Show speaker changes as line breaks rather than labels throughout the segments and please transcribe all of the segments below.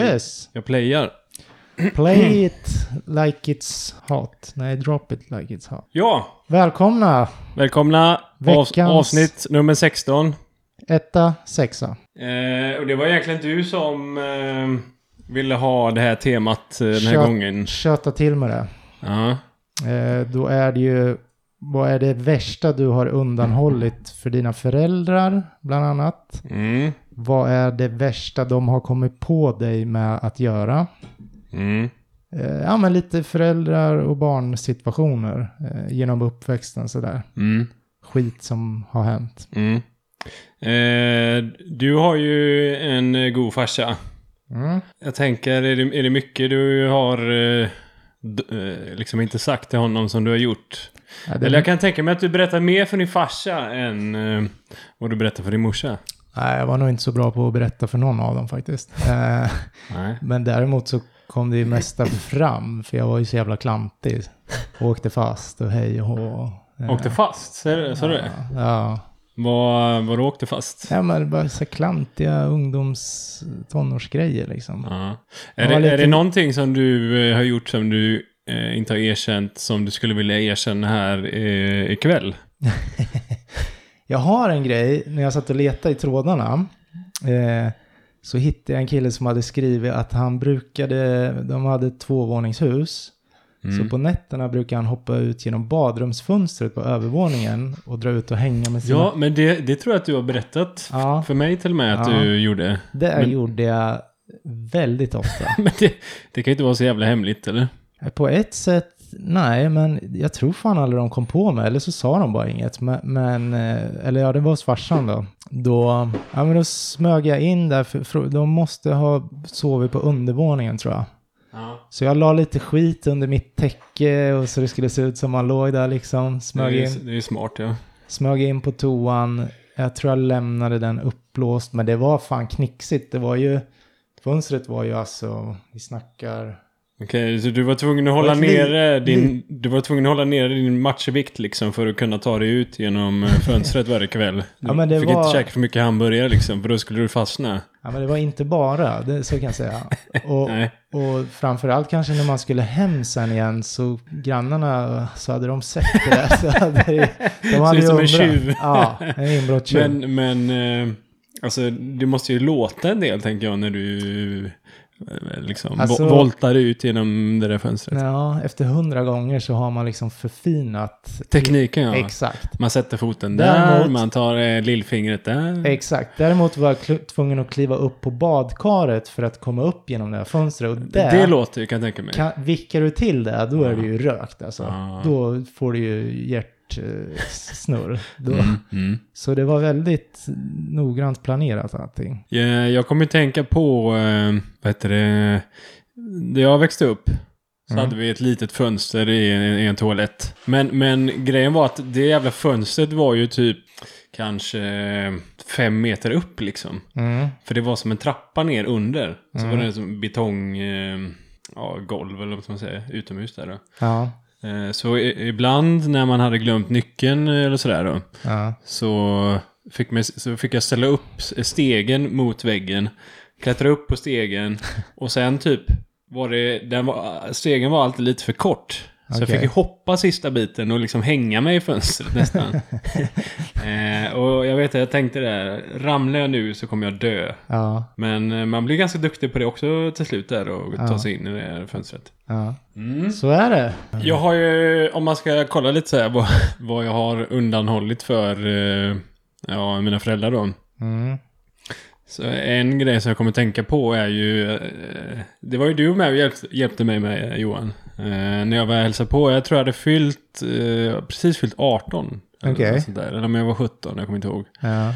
Yes.
Jag playar.
Play it like it's hot. Nej, drop it like it's hot.
Ja,
Välkomna!
välkomna. Avs-
Veckans-
avsnitt nummer 16.
Etta, sexa.
Eh, och det var egentligen du som eh, ville ha det här temat eh, den här
Kör.
gången.
Köta till med det.
Ja.
Eh, då är det ju... Vad är det värsta du har undanhållit för dina föräldrar, bland annat?
Mm.
Vad är det värsta de har kommit på dig med att göra?
Mm.
Eh, ja, men lite föräldrar och barnsituationer eh, genom uppväxten sådär.
Mm.
Skit som har hänt.
Mm. Eh, du har ju en eh, god farsa.
Mm.
Jag tänker, är det, är det mycket du har eh, d- eh, liksom inte sagt till honom som du har gjort?
Ja, det-
Eller jag kan tänka mig att du berättar mer för din farsa än eh, vad du berättar för din morsa.
Nej, jag var nog inte så bra på att berätta för någon av dem faktiskt. Eh,
Nej.
Men däremot så kom det ju mesta fram, för jag var ju så jävla klantig. Åkte fast och hej och hå. Eh,
Åkte fast? Sa du sa du det?
Ja.
Var, var du åkte fast?
ja, men bara så här klantiga ungdoms tonårsgrejer liksom.
Ja.
Ja,
Är, det,
lite.
är det någonting som du eh, har gjort som du eh, inte har erkänt som du skulle vilja erkänna här eh, ikväll?
Jag har en grej, när jag satt och letade i trådarna, eh, så hittade jag en kille som hade skrivit att han brukade, de hade ett tvåvåningshus.
Mm.
Så på nätterna brukar han hoppa ut genom badrumsfönstret på övervåningen och dra ut och hänga med sina...
Ja, men det, det tror jag att du har berättat
Ja.
för mig till och med att
Ja.
du gjorde.
det
men-
gjorde jag väldigt ofta.
Men det, det kan ju inte vara så jävla hemligt, eller?
på ett sätt, nej, men jag tror fan aldrig de kom på mig, eller så sa de bara inget. Men, men eh, eller ja, det var hos farsan då. Då, ja, men då smög jag in där, för, för de måste ha sovit på undervåningen tror jag.
Ja.
Så jag la lite skit under mitt täcke och så det skulle se ut som man låg där liksom.
Det är
Smög in.
ju det är ju smart, ja.
Smög in på toan. Jag tror jag lämnade den uppblåst, men det var fan knixigt. Det var ju... Fönstret var ju alltså... Vi snackar...
Okej, så du var tvungen att hålla
ett liv-
nere din... Du var tvungen att hålla nere din matchvikt liksom för att kunna ta dig ut genom eh, fönstret varje kväll. Du
Ja, men det
fick
var-
inte käka för mycket hamburgare liksom, för då skulle du fastna.
Ja, men det var inte bara, det, så kan jag säga. Och,
Nej.
och framförallt kanske när man skulle hem sen igen så grannarna, så hade de sett det där. Så hade det, de hade
ut
ju
som en
undrat.
tjuv.
Ja, en inbrottstjuv.
Men, men... eh, Alltså, det måste ju låta en del, tänker jag, när du... eh, Liksom
Alltså-
vo- voltar ut genom det där fönstret.
Ja, efter hundra gånger så har man liksom förfinat.
Tekniken, ja.
Exakt.
Man sätter foten där,
Däremot-
man tar eh, lillfingret där.
Exakt. Däremot var jag kl- tvungen att kliva upp på badkaret för att komma upp genom det här fönstret. Och
det,
där,
det låter ju, kan jag tänka mig.
kan, vickar du till det, då är det ju rökt alltså.
Ja.
Då får du ju hjärtsnurr. Då.
Mm, mm.
Så det var väldigt noggrant planerat allting.
Ja, Eh, Jag kommer att tänka på, eh, vad heter det, när jag växte upp. Så
Mm.
hade vi ett litet fönster i en, i en toalett. Men, men grejen var att det jävla fönstret var ju typ kanske eh, fem meter upp liksom.
Mm.
För det var som en trappa ner under. Så
Mm.
var det som betong, eh, ja, golv eller vad man säger, utomhus där då.
Ja,
Eh, Så i- ibland när man hade glömt nyckeln eller sådär då.
ja.
Så fick, mig, så fick jag ställa upp stegen mot väggen. Klättra upp på stegen. Och sen typ var det, den var, stegen var alltid lite för kort. Så jag
Okej.
fick ju hoppa sista biten och liksom hänga mig i fönstret nästan. eh, och jag vet att jag tänkte det här, ramlar jag nu så kommer jag dö.
ja,
Men eh, man blir ganska duktig på det också till slut där och ta
Ja.
sig in i det här fönstret.
ja.
Mm.
Så är det.
Jag har ju, om man ska kolla lite så här vad, vad jag har undanhållit för eh, ja, mina föräldrar då.
Mm.
Så en grej som jag kommer tänka på är ju, eh, det var ju du med och hjälpte, hjälpte mig med eh, Johan. Eh, när jag var och hälsade på, jag tror jag hade fyllt, eh, precis fyllt 18. Eller,
Okej.
något sånt där, eller om jag var 17, jag kommer inte ihåg.
Ja,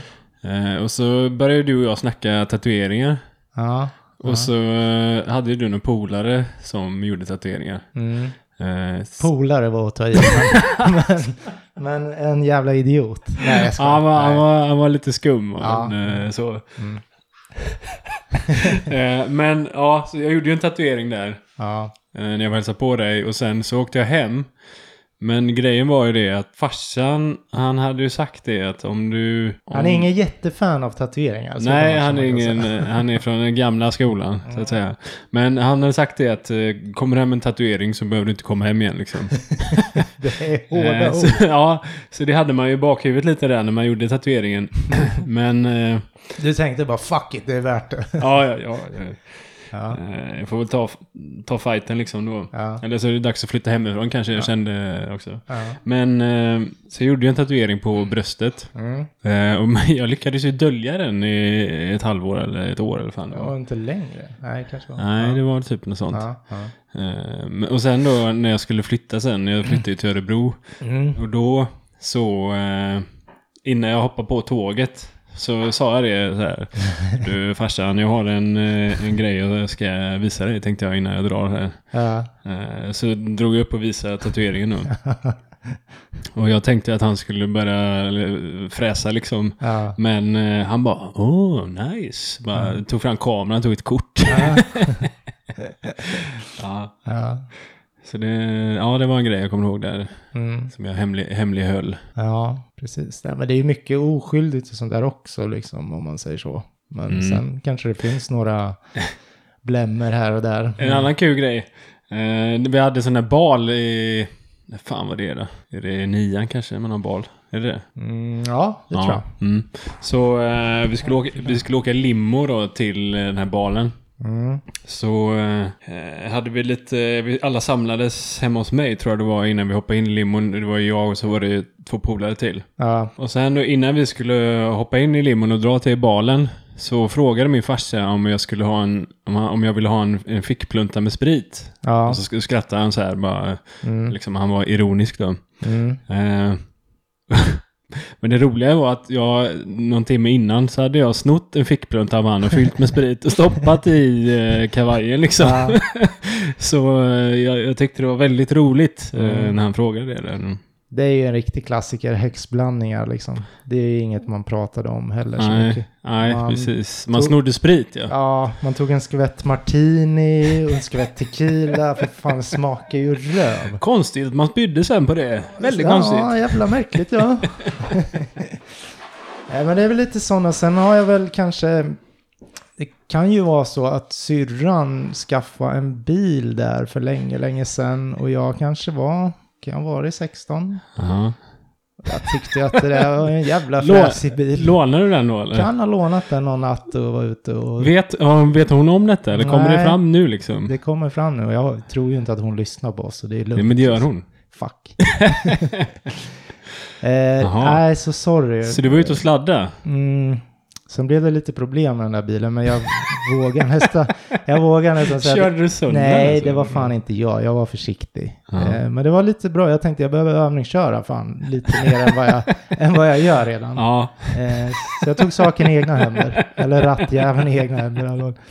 Eh, och så började du och jag snacka tatueringar.
ja.
Och så eh, hade ju du någon polare som gjorde tatueringar.
Mm.
Eh,
Polare var att ta i. Men, men, men en jävla idiot. Nej, jag
Ja, han, var, han,
Nej.
var, han var lite skum. Och
Ja. Mm.
han, eh, så. Eh, Men ja, så jag gjorde ju en tatuering där
Ja,
eh, när jag var och hälsade på dig och sen så åkte jag hem Men grejen var ju det att farsan, han hade ju sagt det att om du... Om,
Han är ingen jättefan av tatueringar. så kan
Nej,
man-
han är,
kan man
ingen,
säga.
han är från den gamla skolan, så att säga. Men han hade sagt det att eh, kommer du hem med en tatuering så behöver du inte komma hem igen liksom.
Det är
Eh,
hårda ord.
så, ja, så det hade man ju i bakhuvudet lite där när man gjorde tatueringen. Men, eh,
Du tänkte bara fuck it, det är värt det.
ja, ja, ja.
Ja.
Eh, Jag får väl ta, ta fighten liksom då.
Ja.
Eller så är det dags att flytta hemifrån kanske, jag kände också.
Ja.
Men, eh, så jag gjorde ju en tatuering på bröstet.
Mm.
Eh, Och men jag lyckades ju dölja den i ett halvår eller ett år eller fan. det var.
Och inte längre. Nej, kanske var.
Nej, det var typ något sånt.
Ja, ja.
Eh, men- Och sen då när jag skulle flytta sen, jag flyttade ju till Örebro.
Mm.
Och då så, eh, innan jag hoppade på tåget så sa jag det så här. Du farsan, jag har en, eh, en grej och jag ska visa dig tänkte jag innan jag drar här.
Ja.
Eh, Så drog jag upp och visade tatueringen då. Och jag tänkte att han skulle börja eh, fräsa liksom.
Ja.
Men eh, han bara, oh nice. Bara, Tog fram kameran, tog ett kort. ja,
Ja.
så det, ja, det var en grej jag kommer ihåg där.
Mm.
Som jag hemlig, hemlighöll.
Ja, precis. Nej, men det är ju mycket oskyldigt och sånt där också, liksom, om man säger så. Men
Mm.
sen kanske det finns några blämmer här och där.
En annan kul grej. Eh, vi hade sån där bal i... Fan vad det är då? Är det nian kanske man har bal? Är det det?
Mm, ja, det tror jag.
Mm. Så eh, vi, skulle åka, vi skulle åka limo då till eh, den här balen.
Mm.
Så eh, hade vi lite, vi alla samlades hemma hos mig tror jag det var innan vi hoppade in i limon. Det var jag och så var det två polare till.
Ja,
Och sen då, innan vi skulle hoppa in i limon och dra till balen så frågade min farsa om jag skulle ha en, om han- om jag ville ha en, en fickplunta med sprit.
ja.
Och så sk- skrattade han så här bara,
Mm,
liksom han var ironisk då.
mm,
Eh, Men det roliga var att jag någon timme innan så hade jag snott en fickplunta av han och fyllt med sprit och stoppat i eh, kavajen liksom.
Ja.
så eh, jag, jag tyckte det var väldigt roligt eh,
Mm.
när han frågade det. Där.
Det är ju en riktig klassiker, häxblandningar liksom. Det är ju inget man pratade om heller så mycket.
Nej, nej
Man
precis. Man
tog-
snodde sprit ja.
Ja, man tog en skvätt martini och en skvätt tequila. För fan, det smakar ju röv.
Konstigt att man spydde sen på det. Väldigt
ja,
konstigt.
Ja, jävla märkligt ja. Nej, men det är väl lite sådana. Sen har jag väl kanske... Det kan ju vara så att syrran skaffade en bil där för länge, länge sedan. Och jag kanske var... Kan jag vara i 16?
Jaha.
Jag tyckte att det där var en jävla
Lå-
fräsig bil.
Lånade du den då eller?
Kan ha lånat den någon natt och var ute och...
Vet, ja, vet hon om detta eller kommer det
Nej.
fram nu liksom?
Det kommer fram nu och jag tror ju inte att hon lyssnar på oss så det är lugnt.
Nej, men det gör hon.
Fuck. eh,
Jaha.
nej, så sorry.
Så du var ute och sladda?
Mm. Sen blev det lite problem med den där bilen, men jag vågar nästan... Alltså, Jag vågar nästan säga...
Körde du sönder den,
Nej,
alltså?
det var fan inte jag. Jag var försiktig.
Ja.
Eh, men det var lite bra. Jag tänkte jag behöver övningsköra fan lite mer än vad jag, än vad jag gör redan.
Ja.
Eh, så jag tog saken i egna händer. Eller rattjäveln i egna händer. alltså.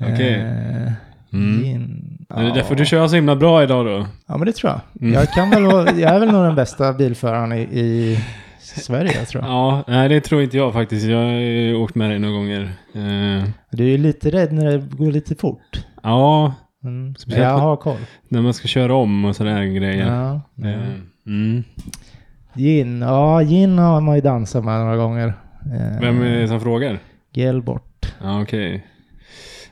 Okej.
Eh,
Mm.
gin-
Det är därför du Mm.
Ja.
kör så himla bra idag då.
Ja, men det tror jag. Jag, kan väl, vara- jag är väl nog den bästa bilföraren i, i Sverige, jag tror jag.
Ja, nej det tror inte jag faktiskt. Jag har ju åkt med dig några gånger. Eh,
Du är ju lite rädd när det går lite fort.
ja,
Mm.
Speciellt
Jag
när-
har koll.
när man ska köra om och sådana här grejer.
Ja.
Eh, Mm.
Gin, ja gin har man ju dansat med några gånger. Eh,
Vem Eh, är det som frågar?
Gelbort.
Ja, okej.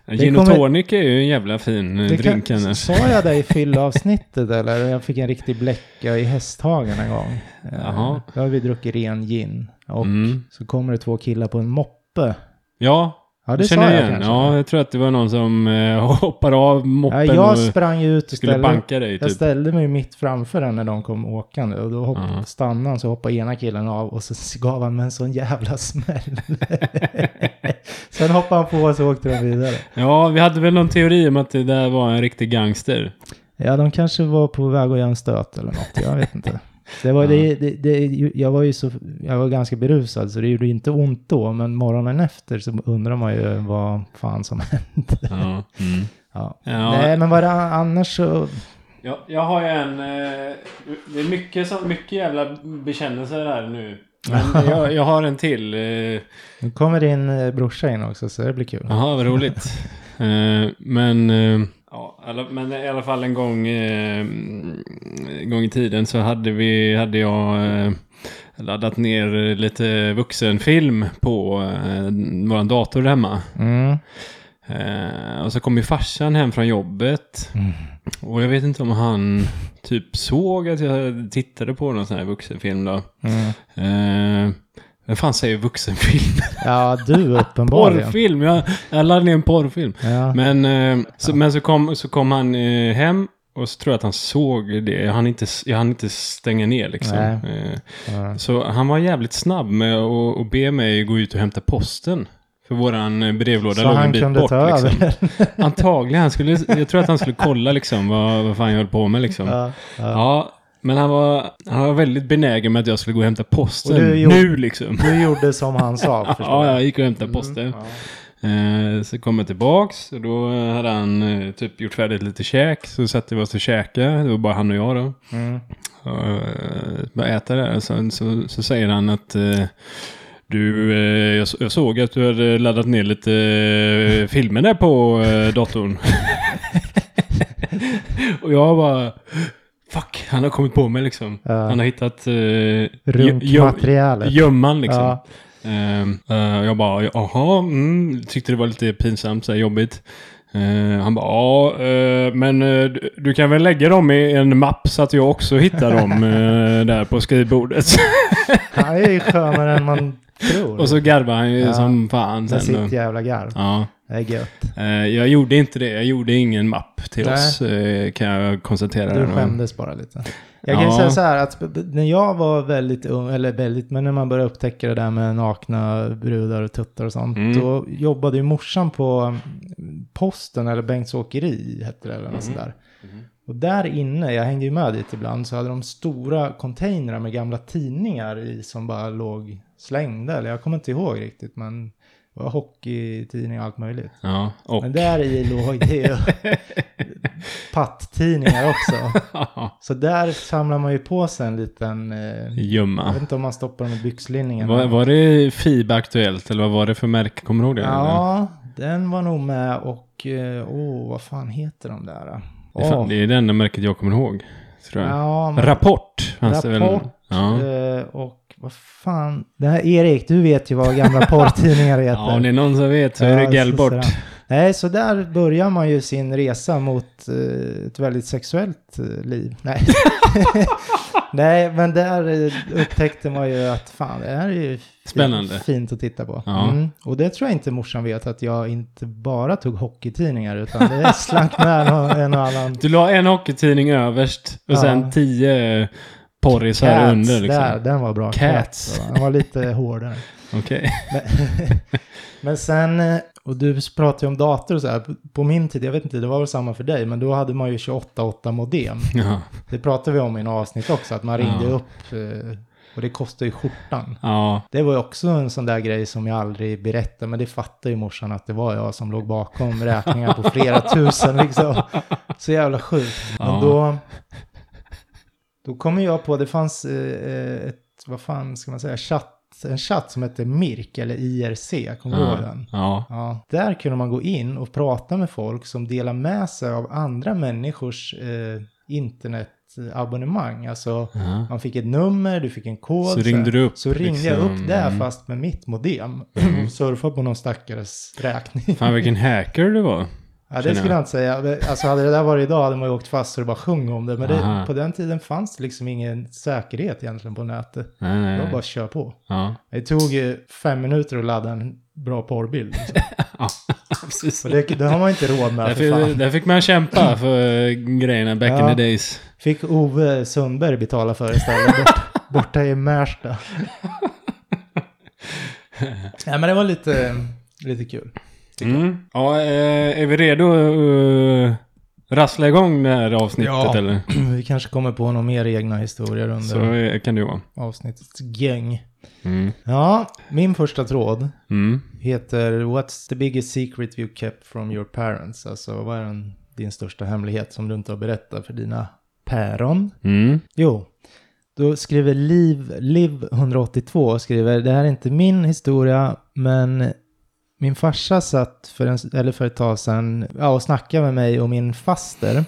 Gin och
kommer-
tonic är ju en jävla fin eh, drink annars.
Sa jag det i fyllavsnittet eller? Jag fick en riktig bläcka i Hästhagen en gång. Eh,
Jaha.
Då har vi druckit ren gin. Och
Mm.
så kommer det två killar på en moppe.
Ja,
Ja,
det
det
känner
sa
jag
jag
igen.
kanske.
Ja, jag tror att det var någon som eh, hoppade av
Ja,
moppen
jag
och
sprang ju ut och
skulle
ställde,
banka dig
jag
typ.
ställde mig mitt framför den när de kom åkande. Och då hopp,
Ja.
stannade han så hoppade ena killen av och så gav han mig en sån jävla smäll. Sen hoppade han på och så åkte de vidare.
Ja, vi hade väl någon teori om att det där var en riktig gangster.
Ja, de kanske var på väg att göra en stöt eller något. Jag vet inte. Det var, det, det, det, jag var ju så, jag var ganska berusad så det gjorde inte ont då, men morgonen efter så undrar man ju vad fan som hände.
Ja. Mm.
Ja.
Ja.
Nej, men vad det annars så...
Jag, jag har ju en... eh, Det är mycket, som- mycket jävla bekännelser här nu. Men jag, jag har en till. eh.
Nu kommer din eh, brorsa in också så det blir kul.
Jaha, vad roligt. Eh, Men... eh, Ja, Alla- Men i alla fall en gång, eh, en gång i tiden så hade, vi, hade jag eh, laddat ner lite vuxenfilm på eh, vår dator hemma.
Mm.
Eh, och så kom ju farsan hem från jobbet.
Mm.
Och jag vet inte om han typ såg att jag tittade på någon sån här vuxenfilm då.
Mm.
Eh, vem fan säger vuxenfilm?
Ja, du uppenbarligen.
Porrfilm! Jag, jag laddade ner en porrfilm.
Ja.
Men, eh, så, men så, kom, så kom han eh, hem och så tror jag att han såg det. Jag hann inte, jag hann inte stänga ner liksom. Eh,
Ja.
Så han var jävligt snabb med att att be mig gå ut och hämta posten. För våran eh, brevlåda
Så
låg en
han
bit
kunde
bort.
ta över.
Liksom. Antagligen. Han skulle, jag tror att han skulle kolla liksom, vad, vad fan jag höll på med. Liksom. Ja.
Ja, ja.
men han var, han var väldigt benägen med att jag skulle gå och hämta posten
Och du gjorde-
nu liksom.
Du gjorde som han sa. förstår
Ja,
jag.
jag gick och hämtade posten.
Mm, ja.
Eh, så kom jag tillbaks och då hade han eh, typ gjort färdigt lite käk. Så satte vi oss och käkade. Det var bara han och jag då.
Mm.
Och, eh, började äta där. Så, så, så säger han att eh, du, eh, jag, så- jag såg att du hade laddat ner lite eh, filmer där på eh, datorn. och jag bara, fuck, han har kommit på mig liksom.
Ja.
Han har hittat eh, gö-
Runkmaterialet.
gömman liksom.
Ja.
Ehm, eh, jag bara, jaha, mm, tyckte det var lite pinsamt, så här jobbigt. Eh, han bara, ja, eh, men eh, du, du kan väl lägga dem i en mapp så att jag också hittar dem eh, där på skrivbordet.
Han är ju skönare än man tror.
och så garvar han ju
Ja.
som fan
Med
sen.
sitt
Och,
jävla garv.
ja.
Det är gött.
Eh, jag gjorde inte det, jag gjorde ingen mapp till
Nej.
oss eh, kan jag konstatera.
Du
Men-
skämdes bara lite. Jag kan ju
Mm. Ja.
säga så här att b- b- när jag var väldigt ung, eller väldigt, men när man började upptäcka det där med nakna brudar och tuttar och sånt,
Mm.
då jobbade ju morsan på mm, posten, eller Bengts åkeri hette det eller något sånt där.
Mm-hmm.
Och där inne, jag hängde ju med dit ibland, så hade de stora containrar med gamla tidningar i som bara låg slängda, eller jag kommer inte ihåg riktigt, men det var hockeytidningar och allt möjligt.
Ja, och.
Men där i låg det ju pattidningar också. Så där samlar man ju på sig en liten, eh, jag
Gömma.
vet inte om man stoppar dem i byxlinningen.
Var, var det FIBA Aktuellt eller vad var det för märke? Kommer du ihåg det? eller?
ja, den var nog med och, eh, åh, vad fan heter de där? då?
Det är, fan,
Åh,
det är det enda märket jag kommer ihåg. Tror jag.
ja, men-
Rapport fanns det väl?
Rapport,
Ja.
eh, och vad fan, det här Erik, du vet ju vad gamla porrtidningar heter.
ja, om det är någon som vet så är
Ja,
det Gelbort.
sådär. Nej, så där börjar man ju sin resa mot eh, ett väldigt sexuellt eh, liv. Nej. Nej, men där eh, upptäckte man ju att fan, det här är ju fi-
Spännande.
fint att titta på.
Ja.
Mm. Och det tror jag inte morsan vet, att jag inte bara tog hockeytidningar, utan det slank med en och- en och annan.
Du la en hockeytidning överst och
Ja.
sen tio porrisar
Cats,
under. Liksom.
där, den var bra.
Cats.
va? Den var lite hårdare.
Okej.
Men, men sen, eh, och du pratade ju om dator och så här. På- På min tid, jag vet inte, det var väl samma för dig, men då hade man ju 28.8 modem.
Ja.
Det pratade vi om i en avsnitt också, att man
Ja.
ringde upp eh, och det kostade ju skjortan.
ja.
Det var ju också en sån där grej som jag aldrig berättade, men det fattade ju morsan att det var jag som låg bakom räkningar på flera tusen liksom. Så jävla sjukt. Men
Ja.
då, då kommer jag på, det fanns eh, ett, vad fan ska man säga, chatt, en chatt som hette Mirk eller IRC, kommer du ihåg
Ja.
den?
ja.
Ja, där kunde man gå in och prata med folk som delar med sig av andra människors eh, internetabonnemang. Alltså,
ja.
man fick ett nummer, du fick en kod.
Så ringde
här.
du upp,
Så ringde jag upp
liksom.
där
Mm.
fast med mitt modem.
Mm.
Och surfade på någon stackares räkning.
Fan vilken hacker du var.
Ja, det
känner
skulle jag inte säga. Alltså hade det där varit idag hade man ju åkt fast så det bara sjung om det. Men det,
Aha.
på den tiden fanns det liksom ingen säkerhet egentligen på nätet.
Nej,
Det
nej,
var bara
nej.
att köra på.
Ja.
Det tog ju fem minuter att ladda en bra porrbild. Liksom.
Ja, precis.
Och det, det har man inte råd med
Där
för fan.
fick, där fick man kämpa för eh, grejerna back
Ja.
in the days.
Fick Ove Sundberg betala för istället. Bort, borta i Märsta. Nej men det var lite, lite kul.
Mm. Ja, eh, är vi redo att eh, rassla igång det här avsnittet
Ja.
eller?
Vi kanske kommer på några mer egna historier under
Så eh, kan det vara.
avsnittets gäng.
Mm.
Ja, min första tråd
Mm.
heter What's the biggest secret you kept from your parents? Alltså vad är den, din största hemlighet som du inte har berättat för dina päron?
Mm.
Jo, då skriver Liv, Liv 182 skriver det här är inte min historia men Min farsa satt för, en, eller för ett tag sedan ja, och snackade med mig och min faster.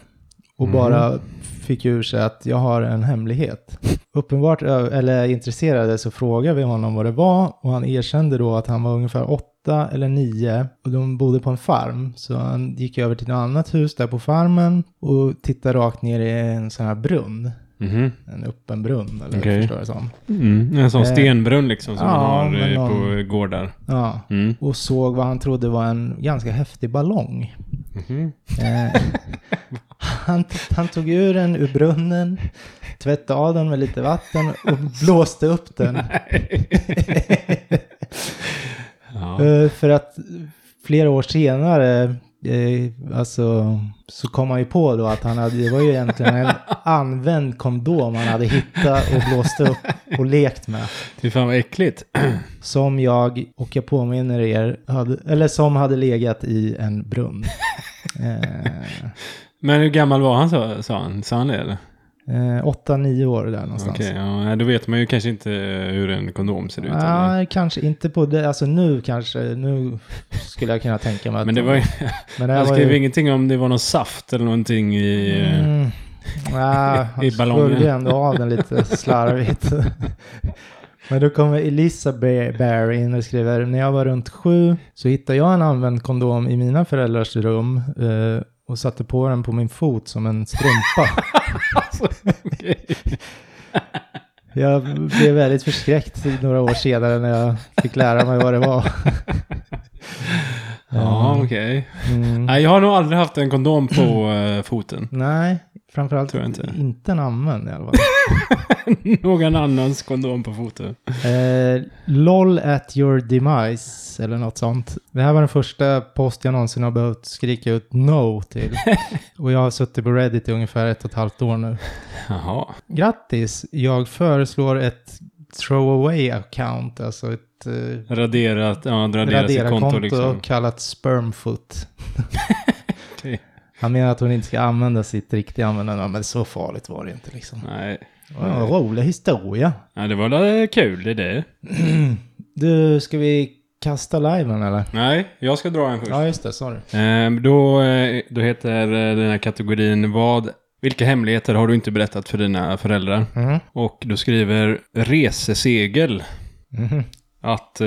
Och bara fick ur sig att jag har en hemlighet. Uppenbart, ö- eller intresserade, så frågade vi honom vad det var. Och han erkände då att han var ungefär åtta eller nio. Och de bodde på en farm. Så han gick över till ett annat hus där på farmen. Och tittade rakt ner i en sån här brunn.
Mhm.
En öppen brunn, eller
Okej.
förstår jag det som.
Mm. En sån
Eh,
stenbrunn liksom som
ja,
man har
men
eh,
någon-
på gårdar.
Ja.
Mm.
Och såg vad han trodde var en ganska häftig ballong.
Mhm.
Eh, han, han tog ur den ur brunnen, tvättade av den med lite vatten och blåste upp den.
Ja.
Eh, För att flera år senare, eh, alltså, så kom han ju på då att han hade, det var ju egentligen en använd kondom han hade hittat och blåst upp och lekt med.
Fy fan vad äckligt.
Som jag, och jag påminner er, hade, eller som hade legat i en brunn. Eh,
Men hur gammal var han sa, sa han? Sa han det eller?
Eh, åtta, nio år där någonstans.
Okej, ja, då vet man ju kanske inte eh, hur en kondom ser ut. eller?
Nej, kanske inte på det. Alltså nu kanske, nu skulle jag kunna tänka mig att...
Men det var ju, alltså
Men det här
han
var
skrev
ju...
ingenting om det var någon saft eller någonting i... eh,
Mm, nej,
i
han
ballongen.
sköljer ändå av den lite slarvigt. Men då kommer Elisa Bear Bear in och skriver, när jag var runt sju så hittade jag en använd kondom i mina föräldrars rum eh, och satte på den på min fot som en strumpa.
Okej.
jag blev väldigt förskräckt några år senare när jag fick lära mig vad det var.
Ja, okej.
Mm.
Nej, jag har nog aldrig haft en kondom på eh, foten.
Nej, framförallt
Tror jag inte.
inte en använd i alla fall.
Någon annans kondom på foten.
eh, LOL at your demise eller något sånt. Det här var den första post jag någonsin har behövt skrika ut no till. och jag har suttit på Reddit i ungefär ett och ett halvt år nu.
Jaha.
Grattis, jag föreslår ett throwaway account, alltså ett eh,
Raderat, ja, radera sitt
radera
konto,
konto
liksom.
kallat spermfoot.
Okej.
Han menar att hon inte ska använda sitt riktiga användarnamn, men så farligt var det inte liksom.
Nej.
Det var en rolig historia.
Nej, det var väl kul det det.
Du, ska vi kasta liven eller?
Nej, jag ska dra en först.
Ja, just det. Sorry.
Ehm, Då, eh, då heter eh, den här kategorin vad, vilka hemligheter har du inte berättat för dina föräldrar?
Mhm.
Och du skriver resesegel.
Mhm.
Att eh,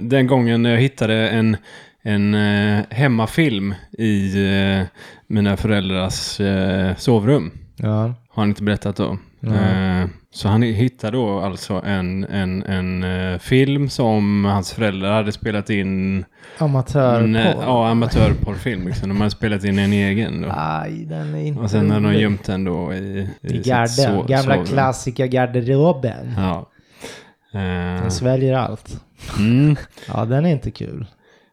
den gången när jag hittade en, en eh, hemmafilm i eh, mina föräldrars eh, sovrum.
Ja.
Har han inte berättat om. Eh, så han hittade då alltså en, en, en eh, film som hans föräldrar hade spelat in. En, eh,
Amatörporr.
ja, amatörporrfilm. Liksom. De hade spelat in en egen då.
Aj, den är inte...
Och sen hade de gömt den då i, i
Mm. I
sitt
garden.
so-
Gamla
sovrum.
klassiska garderoben.
Ja. Eh,
Den sväljer allt.
mm.
Ja, den är inte kul.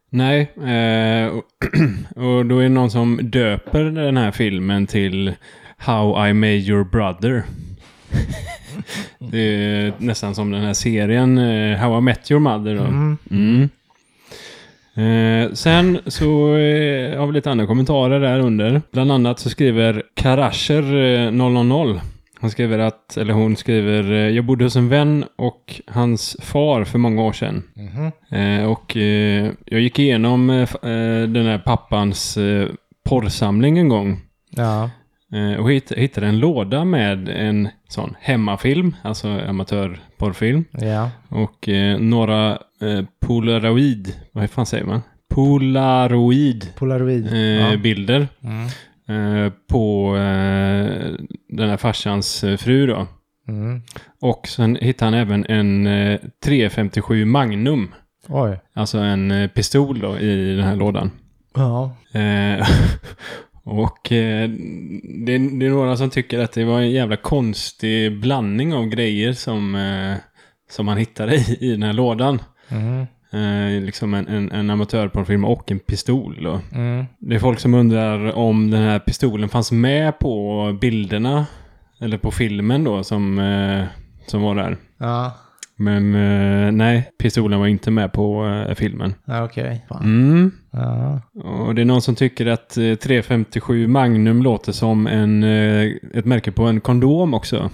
Nej, eh, och, och då är det någon som döper den här filmen till How I Made Your Brother. det är nästan som den här serien eh, How I Met Your Mother. Då.
Mm.
Mm. Eh, sen så eh, har vi lite andra kommentarer där under. Bland annat så skriver Karasher eh, 000. Han skriver att, eller hon skriver, eh, jag bodde hos en vän och hans far för många år sedan.
Mhm.
Eh, och eh, jag gick igenom eh, f- eh, den här pappans eh, porrsamling en gång.
Ja.
Eh, och hitt, hittade en låda med en sån hemmafilm, alltså amatörporrfilm.
Ja.
Och eh, några eh, polaroid, vad fan säger man? Polaroid.
Polaroid.
Eh,
ja.
Bilder
Mm.
eh, på eh, den här farsans eh, fru då.
Mm.
Och sen hittade han även en eh, 357 Magnum.
Oj.
Alltså en eh, pistol då i den här lådan.
Ja.
Eh, och eh, det, är- det är några som tycker att det var en jävla konstig blandning av grejer som, eh, som han hittade i, i den här lådan.
Mm.
Eh, liksom en, en, en amatörporrfilm och en pistol. Då.
Mm.
Det är folk som undrar om den här pistolen fanns med på bilderna. Eller på filmen då som, eh, som var där.
Ja.
Men eh, nej, pistolen var inte med på eh, filmen.
Ja, okej. Fan.
Mm.
Ja.
Och det är någon som tycker att eh, 357 Magnum låter som en, eh, ett märke på en kondom också.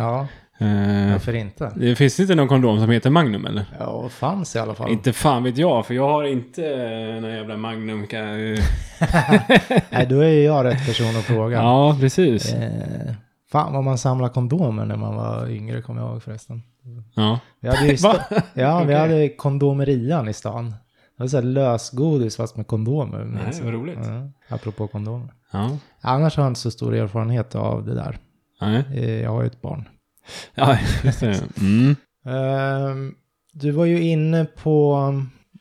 Ja.
Eh,
Varför inte?
det finns inte någon kondom som heter Magnum eller?
Ja, fanns i alla fall.
Inte fan vet jag, för jag har inte eh, någon jävla Magnum. Kan...
Nej, då är ju jag rätt person att fråga.
ja, precis.
Eh, fan vad man samlade kondomer när man var yngre, kommer jag ihåg förresten.
Ja.
Vi hade, ju i
Va?
sta- ja, vi
Okej.
hade kondomerian i stan. Det var så här lösgodis fast med kondomer. minns
Nej,
jag.
vad roligt.
Ja, apropå kondomer.
Ja.
Annars har jag inte så stor erfarenhet av det där.
Nej.
Eh, Jag har ju ett barn.
Ja, just det. Mm.
Ehm, Du var ju inne på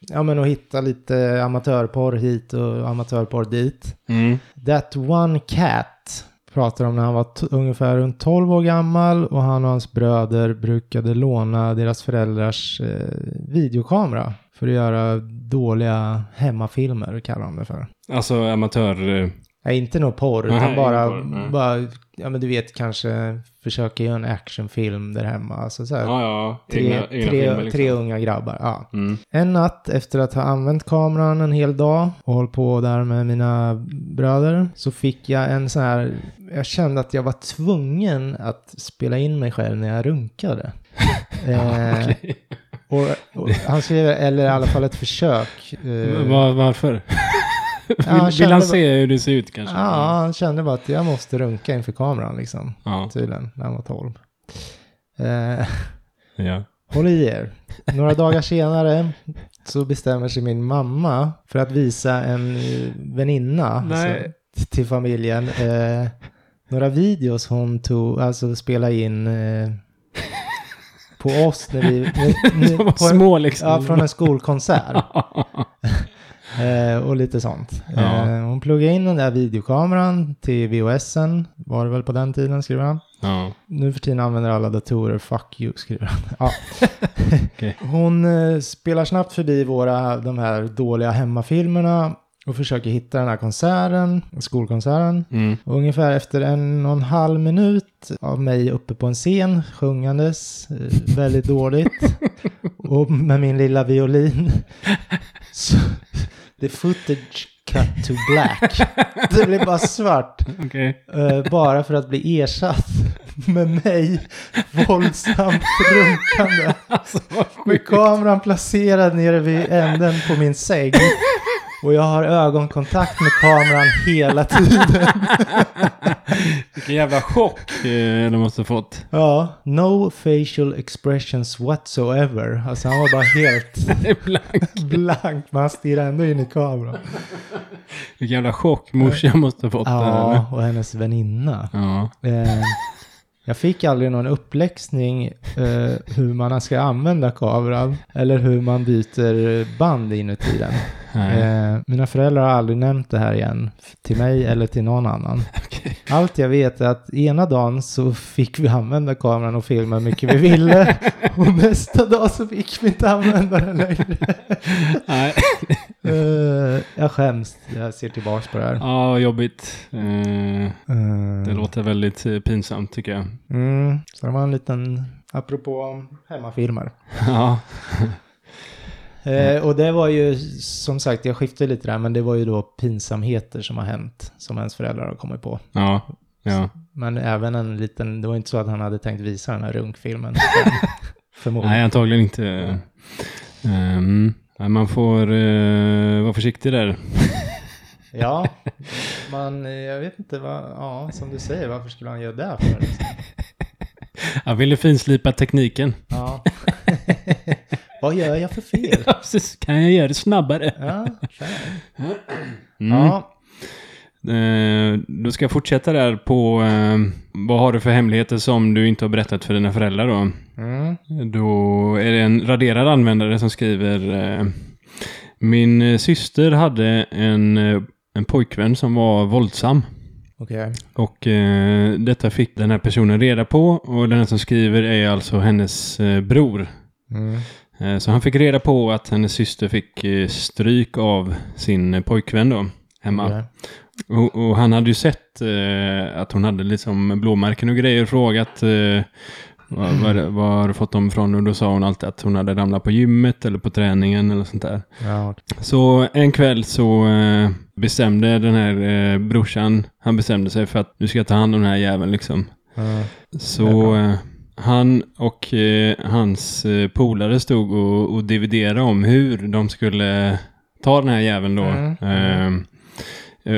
ja, men att hitta lite amatörporr hit och amatörporr dit.
Mm.
That One Cat pratar om när han var t- ungefär runt 12 år gammal och han och hans bröder brukade låna deras föräldrars eh, videokamera för att göra dåliga hemmafilmer, kallar de det för.
Alltså amatör... eh,
Nej, inte något porr,
Nej,
utan
ingen
bara,
porr, nej.
bara, ja men du vet kanske försöka göra en actionfilm där hemma. Alltså så här,
Ja, ja.
tre,
Egna, egna
tre,
filmer liksom.
tre unga grabbar. Ja.
Mm.
En natt efter att ha använt kameran en hel dag och hållit på där med mina bröder så fick jag en sån här, jag kände att jag var tvungen att spela in mig själv när jag runkade. eh, och, och han skrev, eller i alla fall ett försök. eh,
Va- varför?
han
vill vill
kände
han
bara-
se hur det ser ut kanske?
ja, han kände bara att jag måste runka inför kameran liksom,
Ja.
tydligen, när han var 12. Eh,
ja.
Håll i er. Några dagar senare så bestämmer sig min mamma för att visa en eh, väninna
Nej.
alltså, t- till familjen eh, några videos hon tog, alltså spela in eh, på oss när vi... när- när-
De var
på en-
små liksom.
Ja, från en skolkonsert. eh, och lite sånt.
Ja.
Eh, hon pluggade in den där videokameran till VHSen, var det väl på den tiden, skriver han.
ja.
Nu för tiden använder alla datorer, fuck you, skriver han. Ja.
Okej.
Hon eh, spelar snabbt förbi våra, de här dåliga hemmafilmerna och försöker hitta den här konserten, skolkonserten.
Mm.
Och ungefär efter en och en halv minut av mig uppe på en scen sjungandes eh, väldigt dåligt och med min lilla violin. Så, the footage cut to black. Det blir bara svart.
Okej.
Eh, bara för att bli ersatt med mig våldsamt runkande.
Alltså vad
Med
sjukt.
kameran placerad nere vid änden på min säng. Och jag har ögonkontakt med kameran hela tiden.
Vilken jävla chock eh, de måste ha fått.
Ja, no facial expressions whatsoever. Alltså han var bara helt
Ibland.
blank, men han stirrade ändå in i kameran.
Vilken jävla chock morsan måste ha fått. där.
Ja, och hennes väninna.
ja.
Eh, jag fick aldrig någon uppläxning eh, hur man ska använda kameran eller hur man byter band inuti den.
Nej.
Eh, mina föräldrar har aldrig nämnt det här igen till mig eller till någon annan.
Okej.
Allt jag vet är att ena dagen så fick vi använda kameran och filma hur mycket vi ville och nästa dag så fick vi inte använda den längre.
Nej.
Eh, jag skäms, jag ser tillbaka på det här.
Ja, vad jobbigt. Eh, det
Eh,
låter väldigt eh, pinsamt tycker jag.
mm, så det var en liten, apropå hemmafilmer.
Ja. Mm.
Eh, och det var ju, som sagt, jag skiftade lite där, men det var ju då pinsamheter som har hänt, som ens föräldrar har kommit på.
Ja. Ja.
Men även en liten, det var inte så att han hade tänkt visa den här runkfilmen. Förmodligen.
Nej, antagligen inte. Ehm, nej, man får eh, vara försiktig där.
Ja, man, eh, jag vet inte vad, ja, som du säger, varför skulle han göra det för? liksom?
Jag ville finslipa tekniken.
Ja. vad gör jag för fel?
Ja, precis. Kan jag göra det snabbare?
Ja, fan.
Mm.
ja.
Eh, du ska jag fortsätta där på eh, vad har du för hemligheter som du inte har berättat för dina föräldrar då?
Mm.
Då är det en raderad användare som skriver eh, Min eh, syster hade en, eh, en pojkvän som var våldsam.
Okej.
Och eh, detta fick den här personen reda på och den här som skriver är alltså hennes eh, bror.
Mm.
Eh, så han fick reda på att hennes syster fick eh, stryk av sin eh, pojkvän då, hemma.
Okej.
Och, och han hade ju sett eh, att hon hade liksom blåmärken och grejer och frågat eh, var, var, var har du fått dem ifrån? Och då sa hon alltid att hon hade ramlat på gymmet eller på träningen eller sånt där.
Ja, okej.
Så en kväll så eh, bestämde den här eh, brorsan, han bestämde sig för att nu ska jag ta hand om den här jäveln liksom.
Ja.
Så eh, Han och eh, hans eh, polare stod och, och dividerade om hur de skulle ta den här jäveln då.
Mm,
Ehm, eh,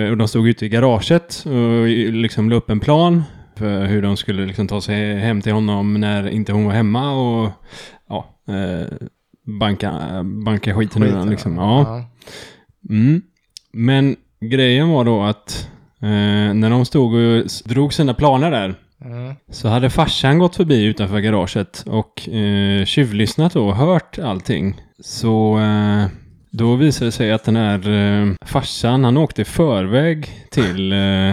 och de stod ute i garaget och i- liksom la upp en plan för hur de skulle liksom ta sig hem till honom när inte hon var hemma och ja, eh, banka, banka skiten ur honom liksom. Ja. Mm. Men grejen var då att eh, när de stod och s- drog sina planer där
Ja. Mm.
så hade farsan gått förbi utanför garaget och eh, tjuvlyssnat då och hört allting. Så eh, då visade det sig att den här eh, farsan, han åkte i förväg till eh,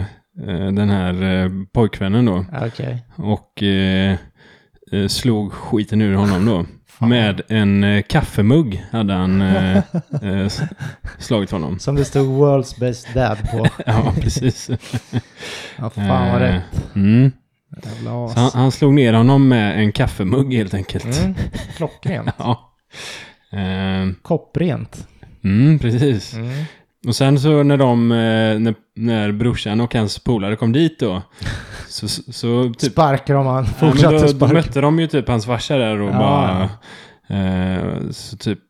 eh, den här eh, pojkvännen då
Okej.
och eh, eh, slog skiten ur honom då.
Fan.
Med en eh, kaffemugg hade han eh, eh, s- slagit honom.
Som det stod World's Best Dad på.
Ja, precis.
Ja, fan vad
Eh,
rätt.
Mm.
Jävla
Så han,
as.
han slog ner honom med en kaffemugg helt enkelt.
Mm. Klockrent.
Ja. Eh,
Kopprent.
Mm, precis.
Mm.
Och sen så när de, eh, när, när brorsan och hans polare kom dit då, så, så, så typ...
Sparkar om han
Ja, men
fortsatte
då, då
sparka.
mötte de ju typ hans farsa där och
Ja.
bara... Eh, så typ...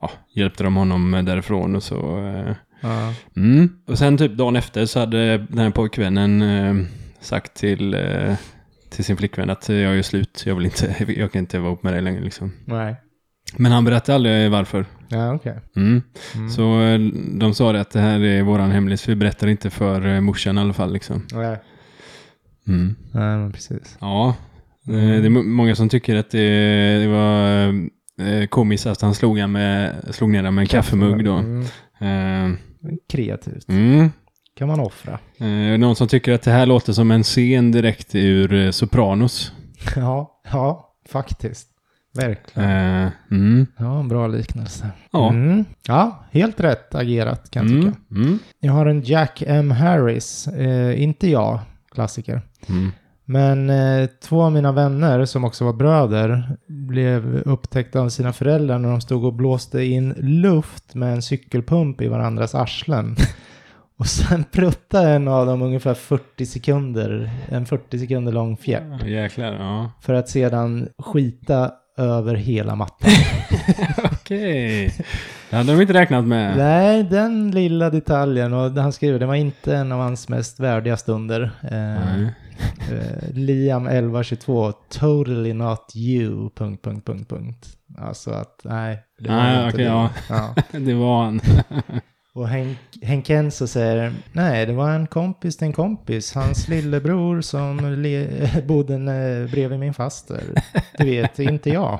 Ja, hjälpte de honom därifrån och så... Eh,
Ja.
Mm. Och sen typ dagen efter så hade den här pojkvännen eh, sagt till, eh, till sin flickvän att jag är slut, jag, vill inte, jag kan inte vara ihop med dig längre liksom.
Nej.
Men han berättade aldrig varför.
Ja, okej.
Mm.
Mm.
Så eh, de sa det att det här är våran hemlis, vi berättar inte för eh, morsan i alla fall liksom.
Nej.
Mm.
Nej, men precis.
Ja, Eh, det
Mm.
är mo- många som tycker att det, det var eh, komiskt att han slog, han med, slog ner han med en kaffemugg då.
Mm.
Eh,
Kreativt.
Mm.
Kan man offra.
Eh, någon som tycker att det här låter som en scen direkt ur eh, Sopranos.
Ja, ja, faktiskt. Verkligen.
Eh, mm.
Ja, en bra liknelse.
Ja.
Mm. Ja, helt rätt agerat kan jag
Mm.
tycka.
Mm.
Jag har en Jack M. Harris, eh, inte jag, klassiker.
Mm.
Men eh, två av mina vänner som också var bröder blev upptäckta av sina föräldrar när de stod och blåste in luft med en cykelpump i varandras arslen. Och sen pruttade en av dem ungefär 40 sekunder, en 40 sekunder lång fjärt.
Jäklar, ja.
För att sedan skita över hela mattan.
Okej. Det hade de inte räknat med.
Nej, den lilla detaljen. Och han skriver, det var inte en av hans mest värdiga stunder. Eh,
Nej.
eh, Liam 1122, totally not you, punkt, punkt, punkt, punkt. Alltså att, nej. Det var
Nej,
inte
okej,
du.
ja.
ja.
Det var han.
Och Henk, Henk Enso säger, nej, det var en kompis till en kompis. Hans lillebror som le- bodde eh, bredvid min faster. Du vet, inte jag.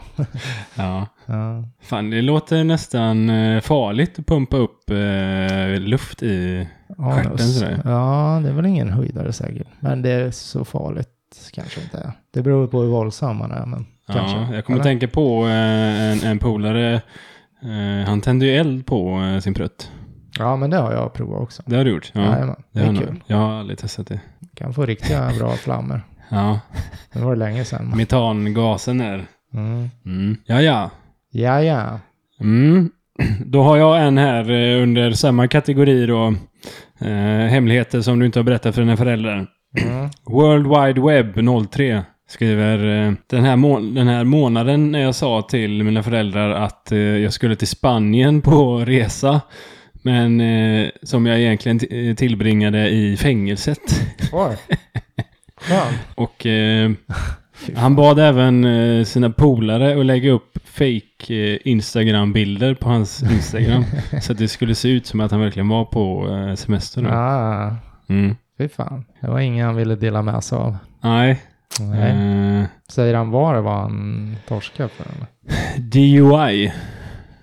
Ja.
Ja.
Fan, det låter nästan eh, farligt att pumpa upp eh, luft i... Stjärten
Anus.
sådär.
Ja, det är väl ingen höjdare säkert. Men det är så farligt kanske inte är. Det beror på hur våldsam man är. Men kanske.
Ja, jag kommer
Eller?
att tänka på eh, en, en polare. Eh, han tände ju eld på eh, sin prutt.
ja, men det har jag provat också.
Det har du gjort? Ja,
Jajamän, det
det
är
har jag
kul.
nog. Jag har aldrig testat det.
Kan få riktiga bra flammor.
Ja,
Det var länge sedan.
metangasen där.
Mm.
Mm. Ja, ja.
Ja, ja.
Mm. Då har jag en här eh, under samma kategori då. Eh, hemligheter som du inte har berättat för dina föräldrar.
Mm.
World Wide Web 03 skriver eh, den här, må- den här månaden när jag sa till mina föräldrar att eh, jag skulle till Spanien på resa. Men eh, som jag egentligen t- eh, tillbringade i fängelset.
Oj. Skön.
Och eh, han bad även eh, sina polare att lägga upp fake eh, Instagram-bilder på hans Instagram. så att det skulle se ut som att han verkligen var på eh, semester. Då.
Ah,
Mm.
fy fan. Det var ingen han ville dela med sig av.
Nej.
Nej.
Eh,
Säger han vad det var han torskade för? Eller?
DUI.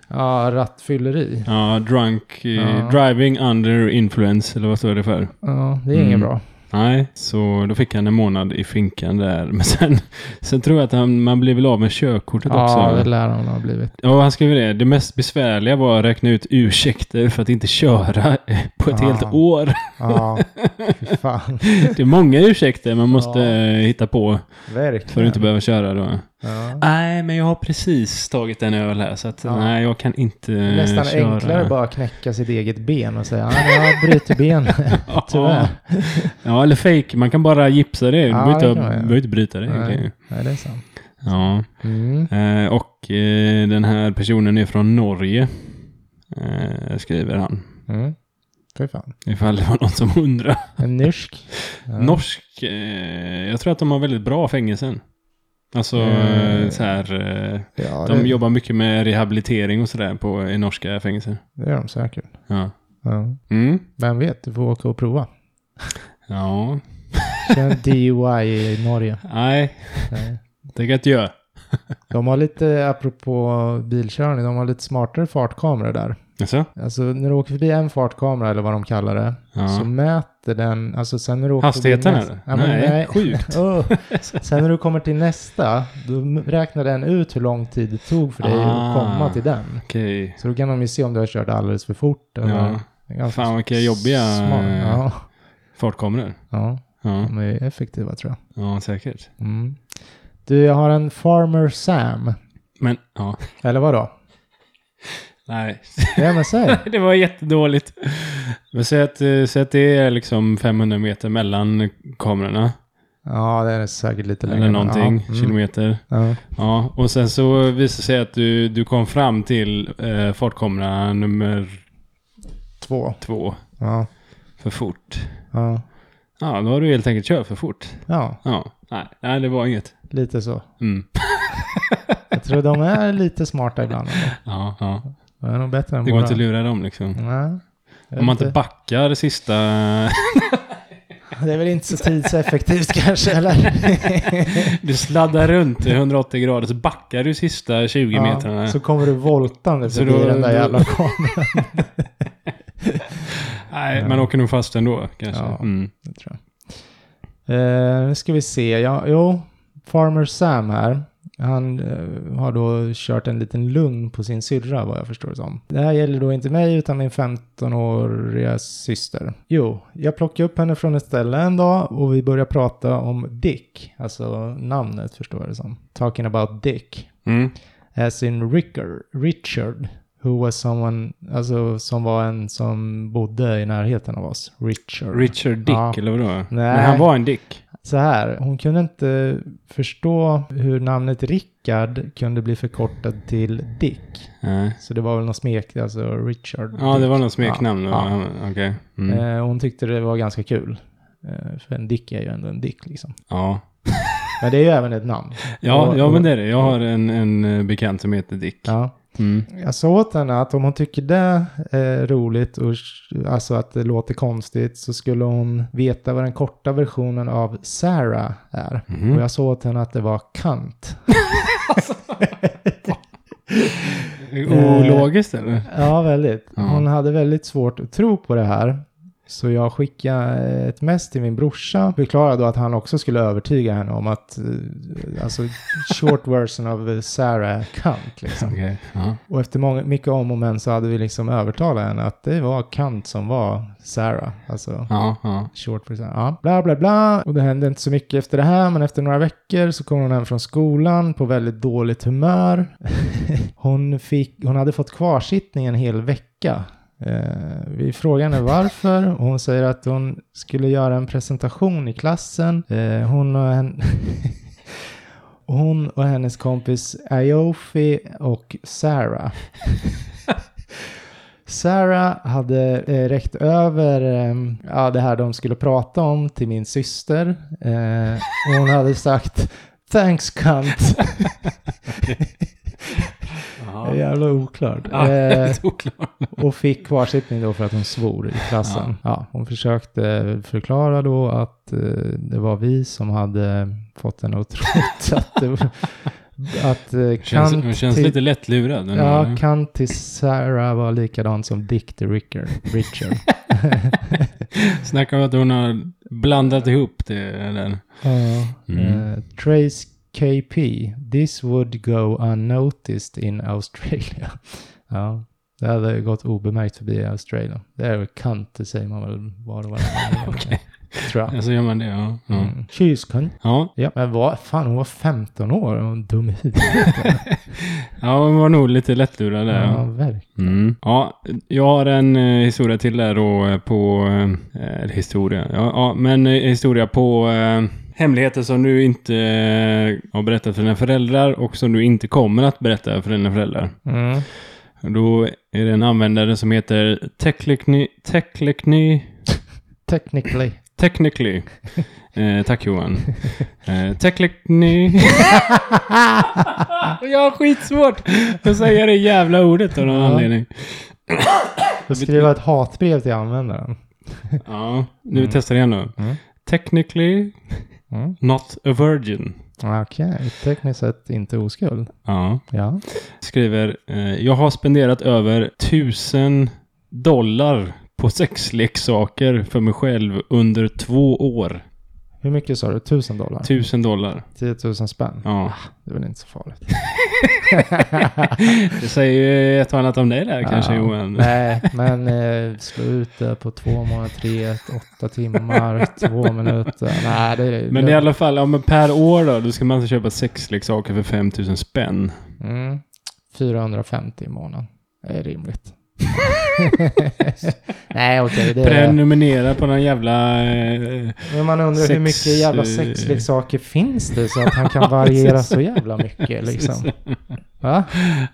Ja, rattfylleri.
Ja, drunk. eh,
Ja.
Driving under influence, eller vad står det för?
Ja, det är inget
Mm.
bra.
Nej, så då fick han en månad i finkan där. Men sen, sen tror jag att han, man blev väl av med körkortet också.
Ja, det lär han ha blivit.
Ja, han skriver det. Det mest besvärliga var att räkna ut ursäkter för att inte köra på ett
Ah.
helt år.
Ja, fy fan.
Det är många ursäkter man måste
Ja.
eh, hitta på
Verkligen.
för att inte Eh, behöva köra då.
Ja.
Nej, men jag har precis tagit en öl här så att
Ja.
nej, jag kan inte
Det är Nästan
köra.
enklare bara att knäcka sitt eget ben och säga ja, jag bryter benet. Tyvärr.
Ja, eller fake. Man kan bara gipsa det. Du
Ja,
behöver
det
inte-
kan man göra.
behöver inte bryta det. egentligen.
Nej, nej, det är sant.
Ja.
Mm.
Eh, och eh, den här personen är från Norge. Eh, skriver han.
Mm. Fy fan.
Ifall det var någon som undrar.
En nyrsk. Ja.
Norsk. Eh, jag tror att de har väldigt bra fängelsen. Alltså eh,
Eh,
så här. Eh,
Ja,
de
det,
jobbar mycket med rehabilitering och sådär på- i norska fängelser.
det gör de säkert.
Ja.
Ja.
Mm.
Vem vet, du får åka och prova.
Ja.
Kör en DUI i Norge.
Nej,
Nej.
det kan jag inte göra.
De har lite, apropå bilkörning, de har lite smartare fartkameror där.
Alltså?
Alltså när du åker förbi en fartkamera eller vad de kallar det,
Ja.
så mäter den, alltså sen när du åker
Hastigheten
förbi nästa-
eller?
Ja, men
nej,
nej.
sjukt.
Åh. Sen när du kommer till nästa, då m- räknar den ut hur lång tid det tog för dig
Ah.
att komma till den.
Okej.
Så då kan de ju se om du har kört alldeles för fort. Eller
Ja.
Det är ganska
Fan, vilka jobbiga,
smart.
eh,
Ja. Mm.
Fartkameror?
ja,
Ja.
de är effektiva tror jag.
ja, säkert.
Mm. Du, jag har en Farmer Sam.
Men, ja.
Eller vadå?
Nej,
Ja men säg.
det var jättedåligt. Men säg att, eh, säg att det är liksom 500 meter mellan kamerorna.
Ja, det är säkert lite längre.
Eller
men
någonting,
Ja. Mm.
kilometer.
Ja.
Ja, och sen så visar det sig att du, du kom fram till eh, fartkamera nummer
Två.
två
Ja.
för fort.
Ja.
Ja, då har du helt enkelt kört för fort.
ja,
Ja, nej, nej det var inget.
lite så.
Mm.
Jag tror de är lite smarta ibland. ändå.
Ja, ja.
De är nog bättre än
Det går
våra.
inte att lura dem liksom.
Nej. Jag
Om man
vet
inte backar sista...
Det är väl inte så tidseffektivt kanske, eller?
Du sladdar runt i 180 grader så backar du sista 20 metrarna.
så kommer du voltande
Så
förbi
då-
den där
då-
jävla kameran.
Nej, man åker nog fast ändå kanske.
Ja.
Mm.
Det tror jag. Eh, nu ska vi se. Ja, jo, Farmer Sam här. Han eh, har då kört en liten lugn på sin syrra vad jag förstår det som. Det här gäller då inte mig utan min 15-åriga syster. Jo, jag plockade upp henne från ett ställe en dag och vi började prata om Dick. Alltså namnet förstår jag det som. Talking about Dick.
Mm.
As in Ricker, Richard, who was someone, alltså som var en som bodde i närheten av oss. Richard.
Richard Dick
Ja.
eller vadå? Men han var en Dick.
Så här, hon kunde inte förstå hur namnet Rickard kunde bli förkortat till Dick.
Nej.
Så det var väl något smek, alltså Richard.
Ja,
Dick.
det var något smeknamn.
Ja,
Ja. Okej. Mm.
Eh, Hon tyckte det var ganska kul. Eh, För en Dick är ju ändå en Dick liksom.
Ja.
Men det är ju även ett namn.
Ja,
Och-
ja, men
och-
det är det. Jag har en, en eh, bekant som heter Dick.
Ja.
Mm.
Jag sa åt henne att om hon tycker det är roligt och sh- alltså att det låter konstigt så skulle hon veta vad den korta versionen av Sarah är.
Mhm.
Och jag sa åt henne att det var kant. Eh.
Ologiskt eller?
Ja, väldigt.
Ja.
Hon hade väldigt svårt att tro på det här. Så jag skickade eh, ett mess till min brorsa. Förklarade då att han också skulle övertyga henne om att eh, alltså short version av Sarah är kant. Liksom.
Okej. Ja.
Och efter många, mycket om och men så hade vi liksom övertalat henne att det var Kant som var Sarah. Alltså
Ja, ja.
short for Sarah. Ja, bla bla bla. Och det hände inte så mycket efter det här, men efter några veckor så kom hon hem från skolan på väldigt dåligt humör. hon, fick, hon hade fått kvarsittning en hel vecka. Eh, vi frågade henne varför och hon säger att hon skulle göra en presentation i klassen. Eh, hon och en... Hon och hennes kompis Ayofi och Sarah. Sarah hade eh, räckt över eh, ja, det här de skulle prata om till min syster. Eh, och hon hade sagt Thanks cunt.
ja.
Det är Jävla oklart.
Ja,
Eh,
väldigt oklart.
och fick kvarsittning då för att hon svor i klassen. Ja. hon försökte förklara då att eh, det var vi som hade fått henne att tro att, det, var- att eh,
Känns,
Kant
hon känns
till-
lite lättlurad. den
Ja,
här.
Kant till Sarah var likadant som Dick till Ricker, Richard.
Snacka om att hon har blandat ihop det. Eller?
Ja,
Mm.
eh, Trace KP, this would go unnoticed in Australia. Ja, Det hade gått obemärkt förbi i Australien. Det är väl kanter säger man väl var och varannan.
Okej.
Tror jag.
Ja, så gör man det, ja. Ja.
Mm. Kyskön.
ja.
Ja, men vad fan, hon var 15 år och hon dum i huvudet.
ja man var nog lite lättlurad där.
ja,
Ja.
verkligen.
Mm. Ja, jag har en eh, historia till där då eh, på... Eh, eller historia. Ja, ja men eh, historia på eh, hemligheter som du inte eh, har berättat för dina föräldrar och som du inte kommer att berätta för dina föräldrar.
Mm.
Och Då är det en användare som heter Techlicny... Techlicny...
Technically.
Technically. Eh, tack Johan. Eh, technically. jag har skitsvårt att säga det jävla ordet av någon
Ja.
anledning.
Då skriver jag ett hatbrev till användaren.
Ja, nu testar jag igen då.
Mm.
Technically
Mm.
not a virgin.
Okej, tekniskt sett inte oskuld.
Ja.
Ja.
Skriver, eh, jag har spenderat över tusen dollar på sexleksaker för mig själv under två år.
Hur mycket sa du? 1000 dollar?
Tusen dollar.
10 000 spänn?
Ja.
Det är väl inte så farligt?
Det säger ju ett och annat om dig där kanske
Ja,
Johan.
Nej, men eh, slå ut det på två månader, tre, åtta timmar, två minuter. Nej, det är
Men i alla fall, ja, men per år då, då ska man alltså köpa sex leksaker för 5000 spänn.
Mm. 450 i månaden. Det är rimligt. Nej, okej. det är...
Prenumerera på någon jävla... Eh,
Men man undrar hur
Sex,
mycket jävla
eh,
sexleksaker finns det så att han kan variera så jävla mycket liksom? Va?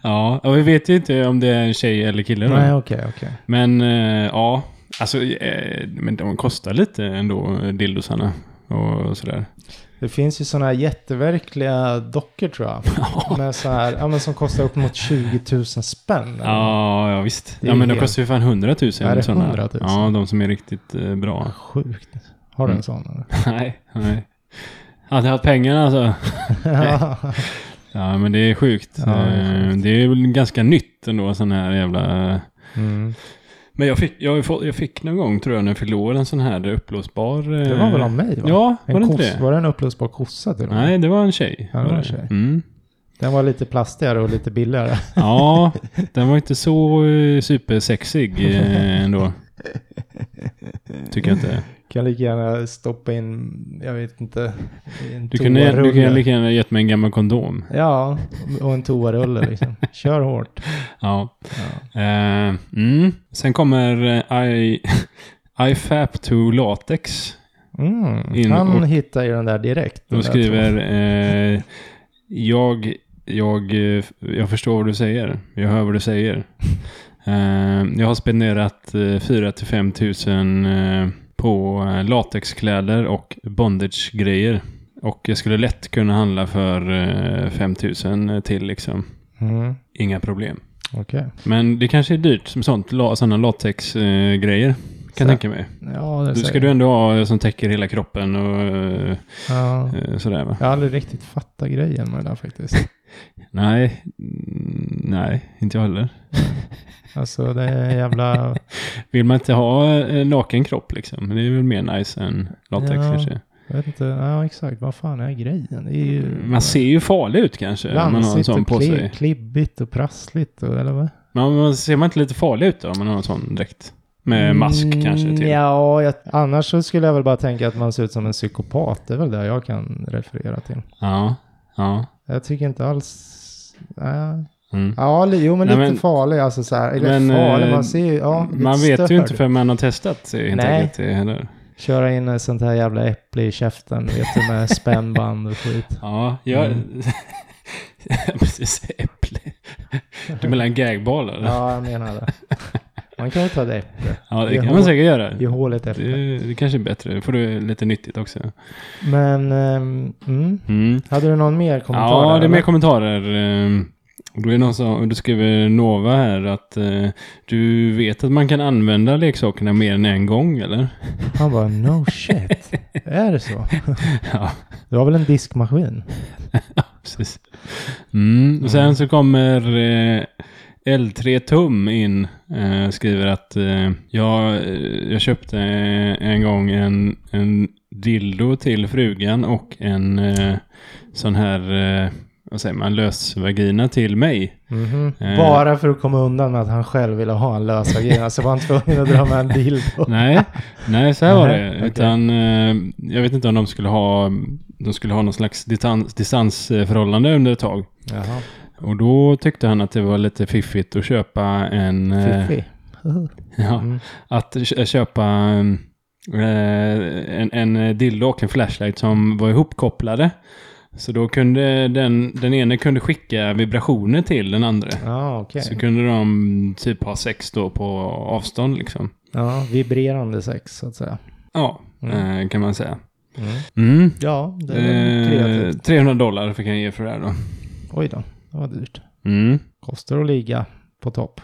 ja, och vi vet ju inte om det är en tjej eller kille då.
Nej, okej, okej.
Men eh, ja, alltså, eh, men de kostar lite ändå, eh, dildosarna. Och sådär.
Det finns ju sådana här jätteverkliga dockor tror jag. Med så här, ja, men som kostar upp mot 20 000 spänn. eller
Ja, ja visst.
Det är
Ja, men de
helt-
kostar ju fan 100 000.
Är det
såna.
100 000?
Ja, de som är riktigt eh, bra.
något. Sjukt. Har
Mm.
du en sån? eller?
nej, nej. Hade jag haft pengarna alltså.
ja.
Ja, men det är sjukt.
Ja, det är
Eh, det är väl ganska nytt ändå, sån här jävla...
mm.
Men jag fick, jag, har ju fått- jag fick någon gång, tror jag, när jag fyllde år, en sån här uppblåsbar... eh,
Det var väl av mig? Va?
Ja,
en
var det inte
koss-
det?
Var det en upplösbar kossa till och med?
Nej, det var en tjej.
Ja, det var en tjej.
Mm.
Den var lite plastigare och lite billigare.
Ja, den var inte så eh, supersexig eh, ändå. Tycker jag inte.
Kan lika gärna stoppa in, jag vet inte, i en
Du kunde, du
toarulle.
kunde lika gärna gett mig en gammal kondom.
Ja, och en toarulle liksom. Kör hårt.
Ja.
Ja.
Eh, mm. Sen kommer eh, I, IFAP to latex.
Mm.
In
Han
och-
hittar ju den där direkt. den
De
där
skriver eh, jag, jag, eh, jag förstår vad du säger. Jag hör vad du säger. Eh, jag har spenderat eh, 4 till 5 tusen eh, på eh, latexkläder och bondagegrejer. Och jag skulle lätt kunna handla för eh, 5 tusen till liksom.
tvåan. Mm.
Inga problem.
Okej.
Men det kanske är dyrt med sånt, la, sådana latexgrejer. Eh, grejer,
Så-
kan jag tänka mig.
Ja, det
Då ska
säger
du ändå ha eh, som täcker hela kroppen och eh,
Ja.
eh, sådär va?
Jag har aldrig riktigt fattat grejen med det där faktiskt.
Nej, mm, nej, inte jag heller.
Alltså det är jävla...
Vill man inte ha eh, naken kropp liksom? Det är väl mer nice än latex
Ja.
kanske.
Jag vet inte, ja exakt, vad fan är grejen? Det är ju...
Man ser ju farlig ut kanske. om man har en
Glansigt
sån
och
på
kli,
sig.
klibbigt och prassligt och, eller vad?
Men man ser man inte lite farlig ut då om man har en sån dräkt? Med mask
Mm,
kanske typ. till.
Ja, jag, annars så skulle jag väl bara tänka att man ser ut som en psykopat. Det är väl det jag kan referera till.
Ja, ja.
Jag tycker inte alls... Nej.
Mm.
Ja, li- jo men
Nej,
lite
men-
farlig alltså så här. Eller
men,
farlig,
eh,
man ser ju... Ja, lite
man vet ju
störd.
inte för man har testat sig helt
Nej.
enkelt. det heller.
Köra in ett sånt här jävla äpple i käften, vet du, med spännband och skit.
Ja, jag...
Mm.
Precis, äpple. Du menar en gagball eller? Ja,
Ja, jag menar det. Man kan ju ta det äpple
det
det
kan
har-
man säkert göra.
i hålet efter.
Det, det kanske är bättre. Då får du lite nyttigt också.
Men, ehm, mm.
Mm.
Hade du någon mer kommentar?
Ja,
där,
det är
eller?
mer kommentarer. ehm. Och Då är det någon som, du skriver Nova här att eh, du vet att man kan använda leksakerna mer än en gång eller?
Han bara, no shit. är det så?
ja,
Du har väl en diskmaskin?
precis. Mm. Och sen så kommer eh, L3 Tum in. Eh, skriver att eh, jag, eh, jag köpte eh, en gång en, en dildo till frugan och en eh, sån här eh, vad säger man, lösvagina till mig.
Mhm.
Eh.
Bara för att komma undan med att han själv ville ha en lös vagina så var han tvungen att dra med en dildo.
Nej, nej så här var
Nej,
det.
okej.
Utan, eh, jag vet inte om de skulle ha, de skulle ha någon slags distans, distansförhållande under ett tag.
Jaha,
Och då tyckte han att det var lite fiffigt att köpa en... eh,
fiffig.
Ja,
Mm.
Att kö- köpa eh, en, en dildo och en flashlight som var ihopkopplade. Så då kunde den, den ene kunde skicka vibrationer till den andra.
Ja, okej.
Så kunde de typ ha sex då på avstånd liksom.
Ja, vibrerande sex så att säga.
Ja,
Mm.
eh, kan man säga.
Mm.
Mm.
Ja, det är
Eh,
kreativt.
300 dollar fick jag ge för det här då.
Oj då, det var dyrt.
Mm.
Kostar att ligga på topp.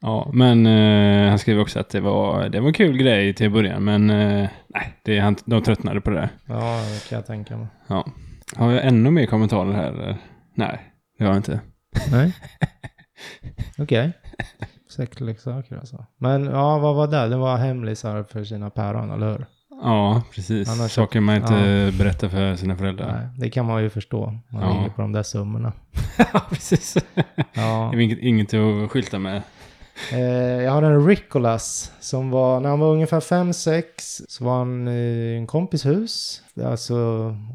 Ja, men eh, han skrev också att det var, det var en kul grej till början, men eh, nej, det, han, de tröttnade på det där.
Ja, det kan jag tänka mig.
Ja. Har jag ännu mer kommentarer här? eller? Nej, det har jag inte.
Nej. Okej. Sexleksaker alltså. Men ja, vad var det? Det var hemlisar för sina päron, eller hur?
Ja, precis.
Han har köpt-
Saker man inte berättar för sina föräldrar.
Nej, det kan man ju förstå. Man
Ja.
ligger på de där summorna.
Ja, precis.
Ja.
Det är inget, inget att skylta med.
Eh, jag har en Ricolas som var, när han var ungefär 5-6 så var han i en kompis hus. Alltså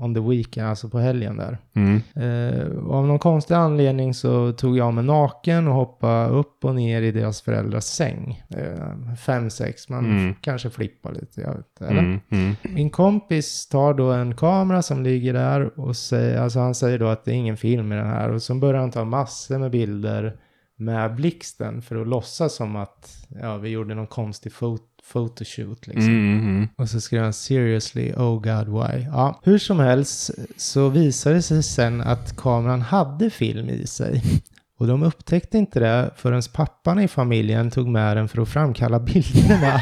on the weekend, alltså på helgen där.
Mm.
Eh, och av någon konstig anledning så tog jag mig naken och hoppade upp och ner i deras föräldrars säng. Eh, fem, sex, man
Mm.
f- kanske flippar lite, jag vet inte. Eller?
Mm. Mm.
Min kompis tar då en kamera som ligger där och säger, alltså han säger då att det är ingen film i den här. Och så börjar han ta massor med bilder med blixten för att låtsas som att ja, vi gjorde någon konstig fot- photoshoot liksom.
Mm. Mm.
Och så skrev han seriously, oh god why. Ja, hur som helst så visade det sig sen att kameran hade film i sig. Och de upptäckte inte det förrän pappan i familjen tog med den för att framkalla bilderna.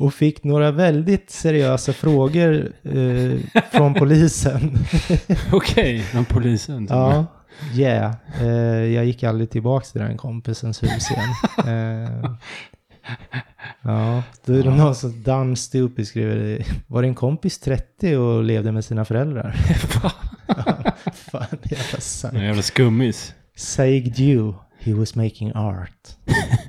Och fick några väldigt seriösa frågor eh, från polisen.
Okej, någon polisen.
Ja, yeah. Eh, jag gick aldrig tillbaka till den kompisens hus igen. Eh, ja, då är det någon som dumb stupid skriver i. Var din kompis 30 och levde med sina föräldrar? Ja, Fan, jävla
En
sant.
jävla skummis.
Saig Dew, he was making art.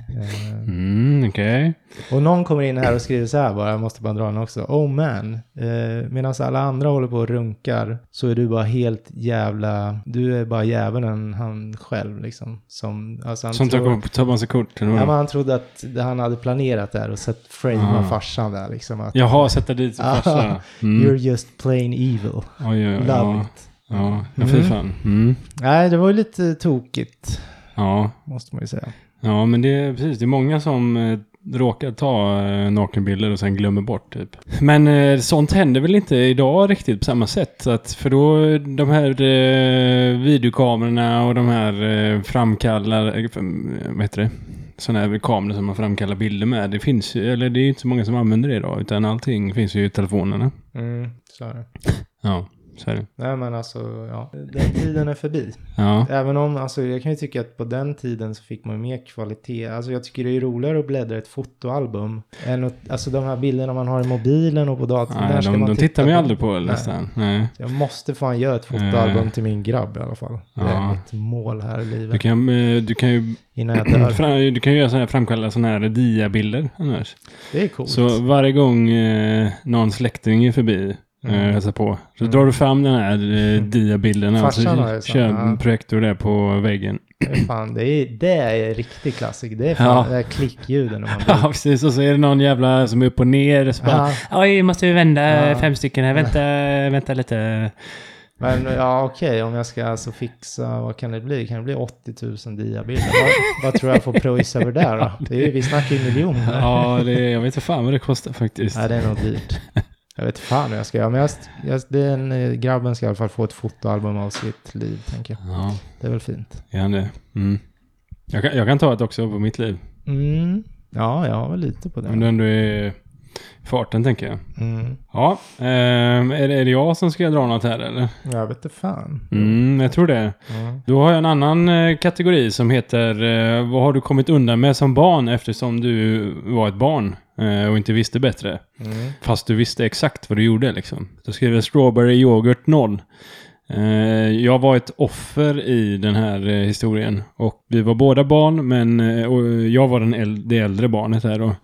Eh,
Mm, Okej.
och någon kommer in här och skriver så här bara, jag måste bara dra den också. Oh man, eh, medan alla andra håller på och runkar så är du bara helt jävla, du är bara djävulen han själv liksom. Som, alltså han
Som
tror,
tar, mm. tar massa kort. Eller
ja,
vad?
men han trodde att han hade planerat det här och sett frame av
Ah.
farsan där liksom. Att,
Jaha, sätta dit sin
Ah.
farsa. Mm.
You're just plain evil.
Oj, oj, oj.
Love
Ja,
it.
ja. ja fy
Mm.
fan. Mm.
Nej, det var ju lite tokigt,
Ja.
måste man ju säga.
ja, men det är precis. Det är många som eh, råkar ta eh, nakenbilder och sen glömmer bort typ. Men eh, sånt händer väl inte idag riktigt på samma sätt? Så att, för då eh, de här eh, videokamerorna och de här eh, framkallar... Eh, fram- eh, vad heter det? Sådana här kameror som man framkallar bilder med. Det finns ju, eller det är ju inte så många som använder det idag. Utan allting finns ju i telefonerna.
Mm, så är det.
Ja, så är det.
Nej men alltså, ja. Den tiden är förbi.
Ja.
Även om, alltså jag kan ju tycka att på den tiden så fick man ju mer kvalitet. Alltså jag tycker det är roligare att bläddra i ett fotoalbum. Än att, alltså de här bilderna man har i mobilen och på datorn. där
Nej,
ska
de,
man
de
titta
tittar man ju aldrig på
Nej.
nästan. Nej.
Jag måste fan göra ett fotoalbum
Eh.
till min grabb i alla fall. Det är
Ja.
mitt mål här i
Du
livet.
kan, eh, du kan ju
Innan jag dör.
fram, du kan ju göra såna här, framkalla sådana här diabilder annars.
Det är coolt.
Så varje gång eh, någon släkting är förbi eh,
Mm.
hälsar på, så drar du fram den här eh, diabilden och
Farsan har ju
så
sån,
kör
ja.
en projektor där på väggen.
Det är fan, det är, det är riktig klassik. Det är fan
Ja.
det här klickljuden. när man
Ja, precis. Och så är det någon jävla som är upp och ner. Så bara,
Ja,
Oj, måste vi vända
Ja.
fem stycken här. Vänta, vänta lite.
men ja, okej, om jag ska alltså fixa, vad kan det bli? Kan det bli 80 000 diabilder? Vad, vad tror jag får pröjs över där då? Det är, ju- vi snackar ju miljoner.
Ja, det, jag vet inte fan vad det kostar faktiskt.
Nej, det är nog dyrt. Jag vet fan hur jag ska göra, men jag, jag, den, eh, grabben ska i alla fall få ett fotoalbum av sitt liv, tänker jag.
Ja,
Det är väl fint.
är han det? Mm. Jag, kan, jag kan ta ett också på mitt liv.
Mm. Ja, jag har väl lite på det.
Om du ändå är farten tänker jag.
Mm.
Ja, ehm, är, det, är det jag som ska dra något här eller?
Jag vet inte fan.
Mm, jag tror det.
Mm.
Då har jag en annan eh, kategori som heter eh, Vad har du kommit undan med som barn eftersom du var ett barn eh, och inte visste bättre?
Mm.
Fast du visste exakt vad du gjorde liksom. Då skriver jag Strawberry Yoghurt 0. Eh, Jag var ett offer i den här eh, historien. Och vi var båda barn, men eh, och jag var den äl- det äldre barnet här då.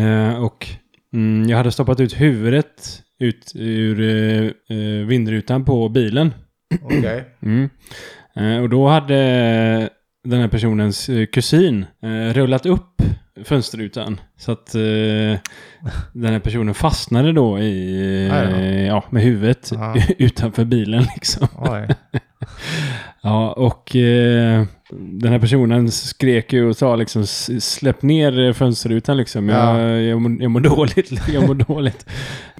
Eh, Och mm, jag hade stoppat ut huvudet ut ur eh, eh, vindrutan på bilen.
Okej.
Mm. Eh, Och då hade eh, den här personens eh, kusin eh, rullat upp fönsterrutan. Så att eh, den här personen fastnade då i,
Aj då.
eh, ja, med huvudet
Ja.
utanför bilen liksom.
Oj.
Ja, och eh, den här personen skrek ju och sa liksom "S- släpp ner eh, fönsterrutan liksom. Jag,
Ja.
jag, mår, jag mår dåligt, jag mår dåligt.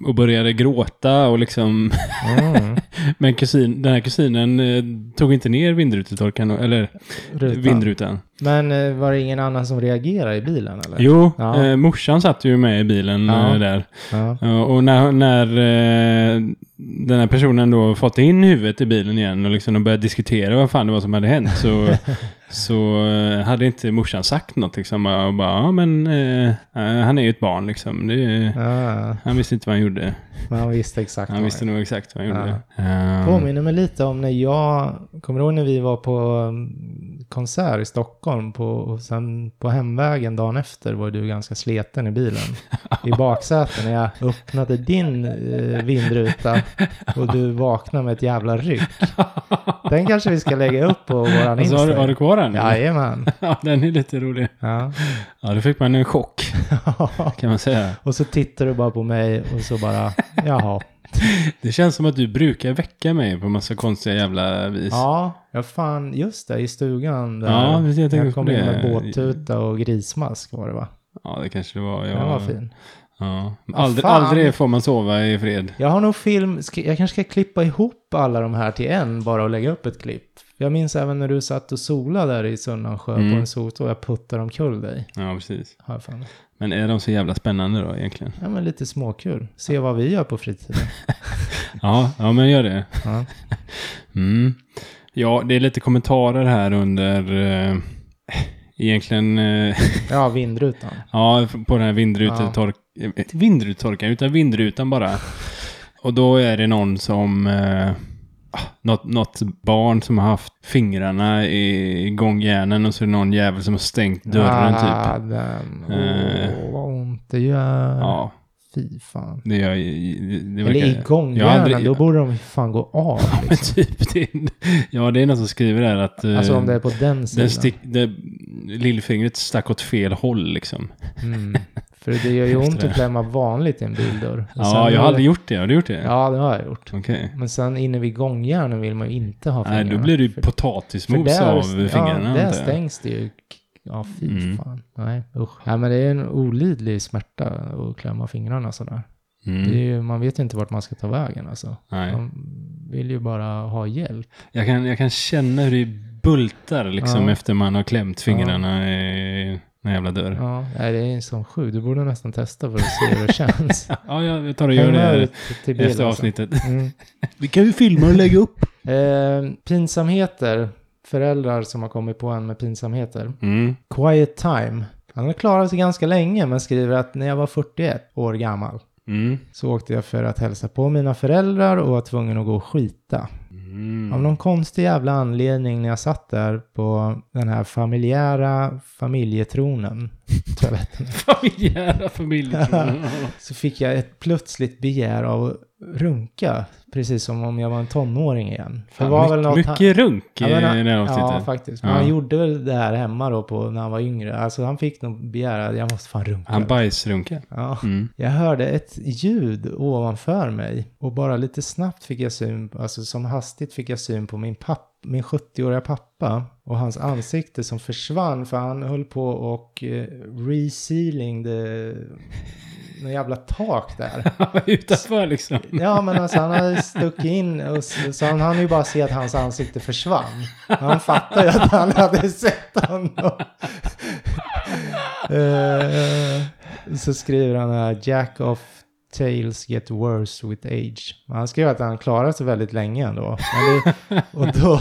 Och började gråta och liksom.
Mm.
Men kusin, den här kusinen eh, tog inte ner vindrutetorkaren, eller
Rutan.
vindrutan.
Men eh, var det ingen annan som reagerade i bilen eller?
Jo,
Ja.
eh, morsan satt ju med i bilen
Ja.
eh, där.
Ja.
Ja, Och när, när eh, den här personen då fått in huvudet i bilen igen och liksom de började diskutera vad fan det var som hade hänt så, så eh, hade inte morsan sagt något liksom. Och bara, ja men eh, eh, han är ju ett barn liksom. Det,
Ja,
han visste inte vad han gjorde.
men han Ah, visste exakt.
Han
vad
visste
det
nog exakt vad han
Ja.
gjorde. Ehm,
var. Påminner mig lite om när jag, kommer du ihåg när vi var på mm, konsert i Stockholm på, och sen på hemvägen dagen efter var du ganska sleten i bilen. I baksätet när jag öppnade din eh, vindruta och du vaknade med ett jävla ryck. Den kanske vi ska lägga upp på våran
alltså, har, du- har du
Instagram.
kvar den?
Jajamän.
Ja, den är lite rolig.
Ja.
Ja, då fick man en chock kan man säga.
och så tittar du bara på mig och så bara, jaha.
Det känns som att du brukar väcka mig på massa konstiga jävla vis.
Ja, ja fan, just det, i stugan där.
Ja, precis, jag tänker på
kom in med
det.
båttuta och grismask var det va?
Ja, det kanske det var. Jag,
Den var fin.
Ja.
Vad
Aldrig,
fan?
aldrig får man sova i fred.
Jag har nog film, ska- jag kanske ska klippa ihop alla de här till en bara och lägga upp ett klipp. Jag minns även när du satt och solade där i Sunnansjö
Mm.
på en sot och jag puttade omkull dig.
Ja, precis.
Har jag för mig.
Men är de så jävla spännande då egentligen?
Ja men lite småkul. Se vad vi gör på fritiden.
Ja, ja men gör det.
Ja.
Mm. Ja, det är lite kommentarer här under... Eh, egentligen... Eh,
Ja, vindrutan.
ja, på den här vindrutetork... Ja. Vindrutetorkaren, utan vindrutan bara. Och då är det någon som... Eh, ah, något, något barn som har haft fingrarna i i gångjärnen och så är det någon jävel som har stängt dörren typ.
ah, Den. Åh,
Eh.
vad ont det gör.
Ja,
Fy fan.
det gör... Det
Eller
verkar-
igång
Jag har aldrig-
hjärnan, då borde de ju fan gå av. liksom.
Men typ, det är, ja det är någon som skriver där att eh,
Alltså om det är på den
den
sidan.
stick, det, lillfingret stack åt fel håll liksom.
Mm. För det gör ju
Just
ont
det.
att klämma vanligt i en bildörr. Och sen
Ja, jag har aldrig gjort det. Har du gjort det?
Ja, det har jag gjort.
Okej.
Men sen inne vid gångjärnen vill man ju inte ha
Nej,
fingrarna.
då blir det ju
För- för
potatismos
där-
av fingrarna.
Ja, där
antar jag.
stängs det ju. Ja, fy
Mm.
fan. Nej, usch. Nej, men det är en olidlig smärta att klämma fingrarna sådär. Det
mm.
är ju, man vet ju inte vart man ska ta vägen alltså.
Nej.
Man vill ju bara ha hjälp.
Jag, kan, jag kan känna hur det bultar liksom
Ja. efter
efter man har klämt
fingrarna
fingrarna i den jävla dörr. Ja,
Ja, nej, det är en sån sjuk. Du borde nästan testa för att se hur det känns.
jag, jag tar och
Häng
gör det
med
här
ut till bilen
efter
sen.
avsnittet.
Mm.
Vi kan ju filma och lägga upp.
Eh, pinsamheter. Föräldrar som har kommit på en med pinsamheter.
Mm.
Quiet time. Han har klarat sig ganska länge men skriver att när jag var 41 år gammal
Mm.
så åkte jag för att hälsa på mina föräldrar och var tvungen att gå och skita.
Mm.
Av någon konstig jävla anledning när jag satt där på den här familjära familjetronen, toaletten,
Familjära familjetronen.
så fick jag ett plötsligt begär av att runka, precis som om jag var en tonåring igen. Det
Fan,
var
mycket,
väl något han-
mycket runk i
Ja, men han-
eh, det här
Ja,
avsnittet.
faktiskt. Men
Ja.
han gjorde väl det här hemma då på, när han var yngre. Alltså han fick nog begära, jag måste fan runka.
han bajsrunkar.
ja.
Mm.
Jag hörde ett ljud ovanför mig och bara lite snabbt fick jag syn, alltså som hastigt fick jag syn på min pappa min 70-åriga pappa och hans ansikte som försvann för han höll på och eh, resealing det, något jävla tak där.
Han var utanför liksom.
Ja, men alltså han hade stuckit in och s- så han hann ju bara se att hans ansikte försvann. Han fattade ju att han hade sett honom. Eh, så skriver han här, Jack of Tales get worse with age. Men han skrev att han klarar sig väldigt länge ändå. Men det, och då,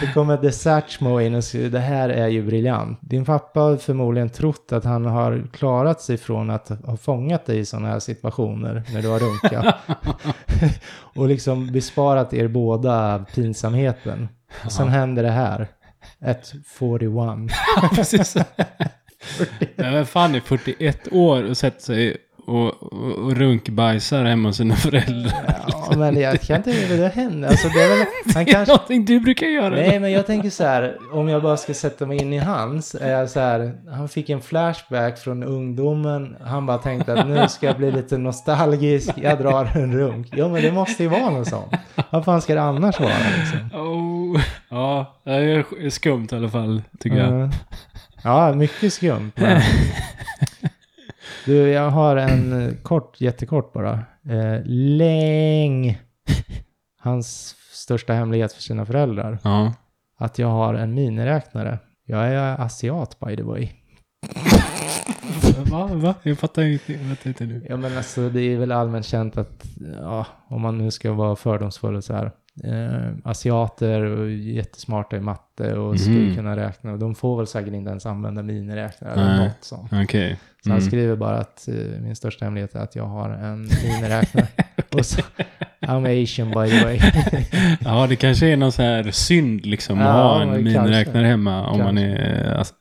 då kommer The Satchmo in och skriver, det här är ju briljant. Din pappa har förmodligen trott att han har klarat sig från att ha fångat dig i sådana här situationer när du har runkat. och liksom besparat er båda pinsamheten. Och sen händer det här. Ett 41.
Precis. Men vem fan är 41 år och sätter sig och, och, och runkbajsar hemma hos sina föräldrar?
Ja, men jag kan inte hur det händer. Alltså, det är väl, han
Det är
kanske...
någonting du brukar göra.
Nej, men jag tänker så här, om jag bara ska sätta mig in i hans, är jag så här, han fick en flashback från ungdomen, han bara tänkte att nu ska jag bli lite nostalgisk, jag drar en runk. Jo, men det måste ju vara något sånt. Vad fan ska det annars vara liksom?
Oh. Ja, det är skumt i alla fall, tycker jag.
Mm. Ja, mycket skumt. Men... Du, jag har en eh, kort, jättekort bara. Eh, Läng. Hans största hemlighet för sina föräldrar.
Ja.
att jag har en miniräknare. Jag är asiat by the way.
Va, va? Jag fattar inte, jag fattar inte nu.
Ja men alltså det är väl allmänt känt att, ja, om man nu ska vara fördomsfull och så här. Eh, asiater och jättesmarta i matte och skulle
Mhm.
kunna räkna. Och de får väl säkert inte ens använda miniräknare eller
Nej.
något sånt.
Okej.
Så
Mm.
han skriver bara att eh, min största hemlighet är att jag har en miniräknare. Och så, I'm asian by the way.
Ja, det kanske är någon så här synd liksom att
Ja,
ha en
kanske.
miniräknare hemma om man
Kanske.
är eh, as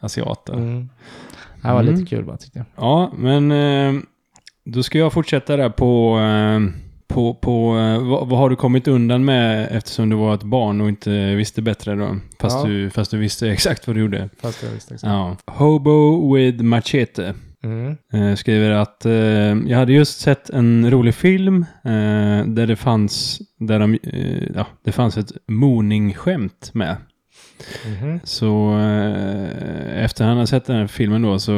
asiat. då.
Mm. Det här var
Mm.
lite kul bara tyckte jag.
Ja, men eh, då ska jag fortsätta där på, eh, på, på eh, vad, vad har du kommit undan med eftersom du var ett barn och inte visste bättre då? Fast,
Ja.
du, fast du visste exakt vad du gjorde.
Fast jag visste också.
Ja. Hobo with machete.
Mm.
Eh, skriver att eh, jag hade just sett en rolig film eh, där det fanns, där de, eh, ja, det fanns ett moning-skämt med.
Mhm.
Så eh, efter han hade sett den här filmen då så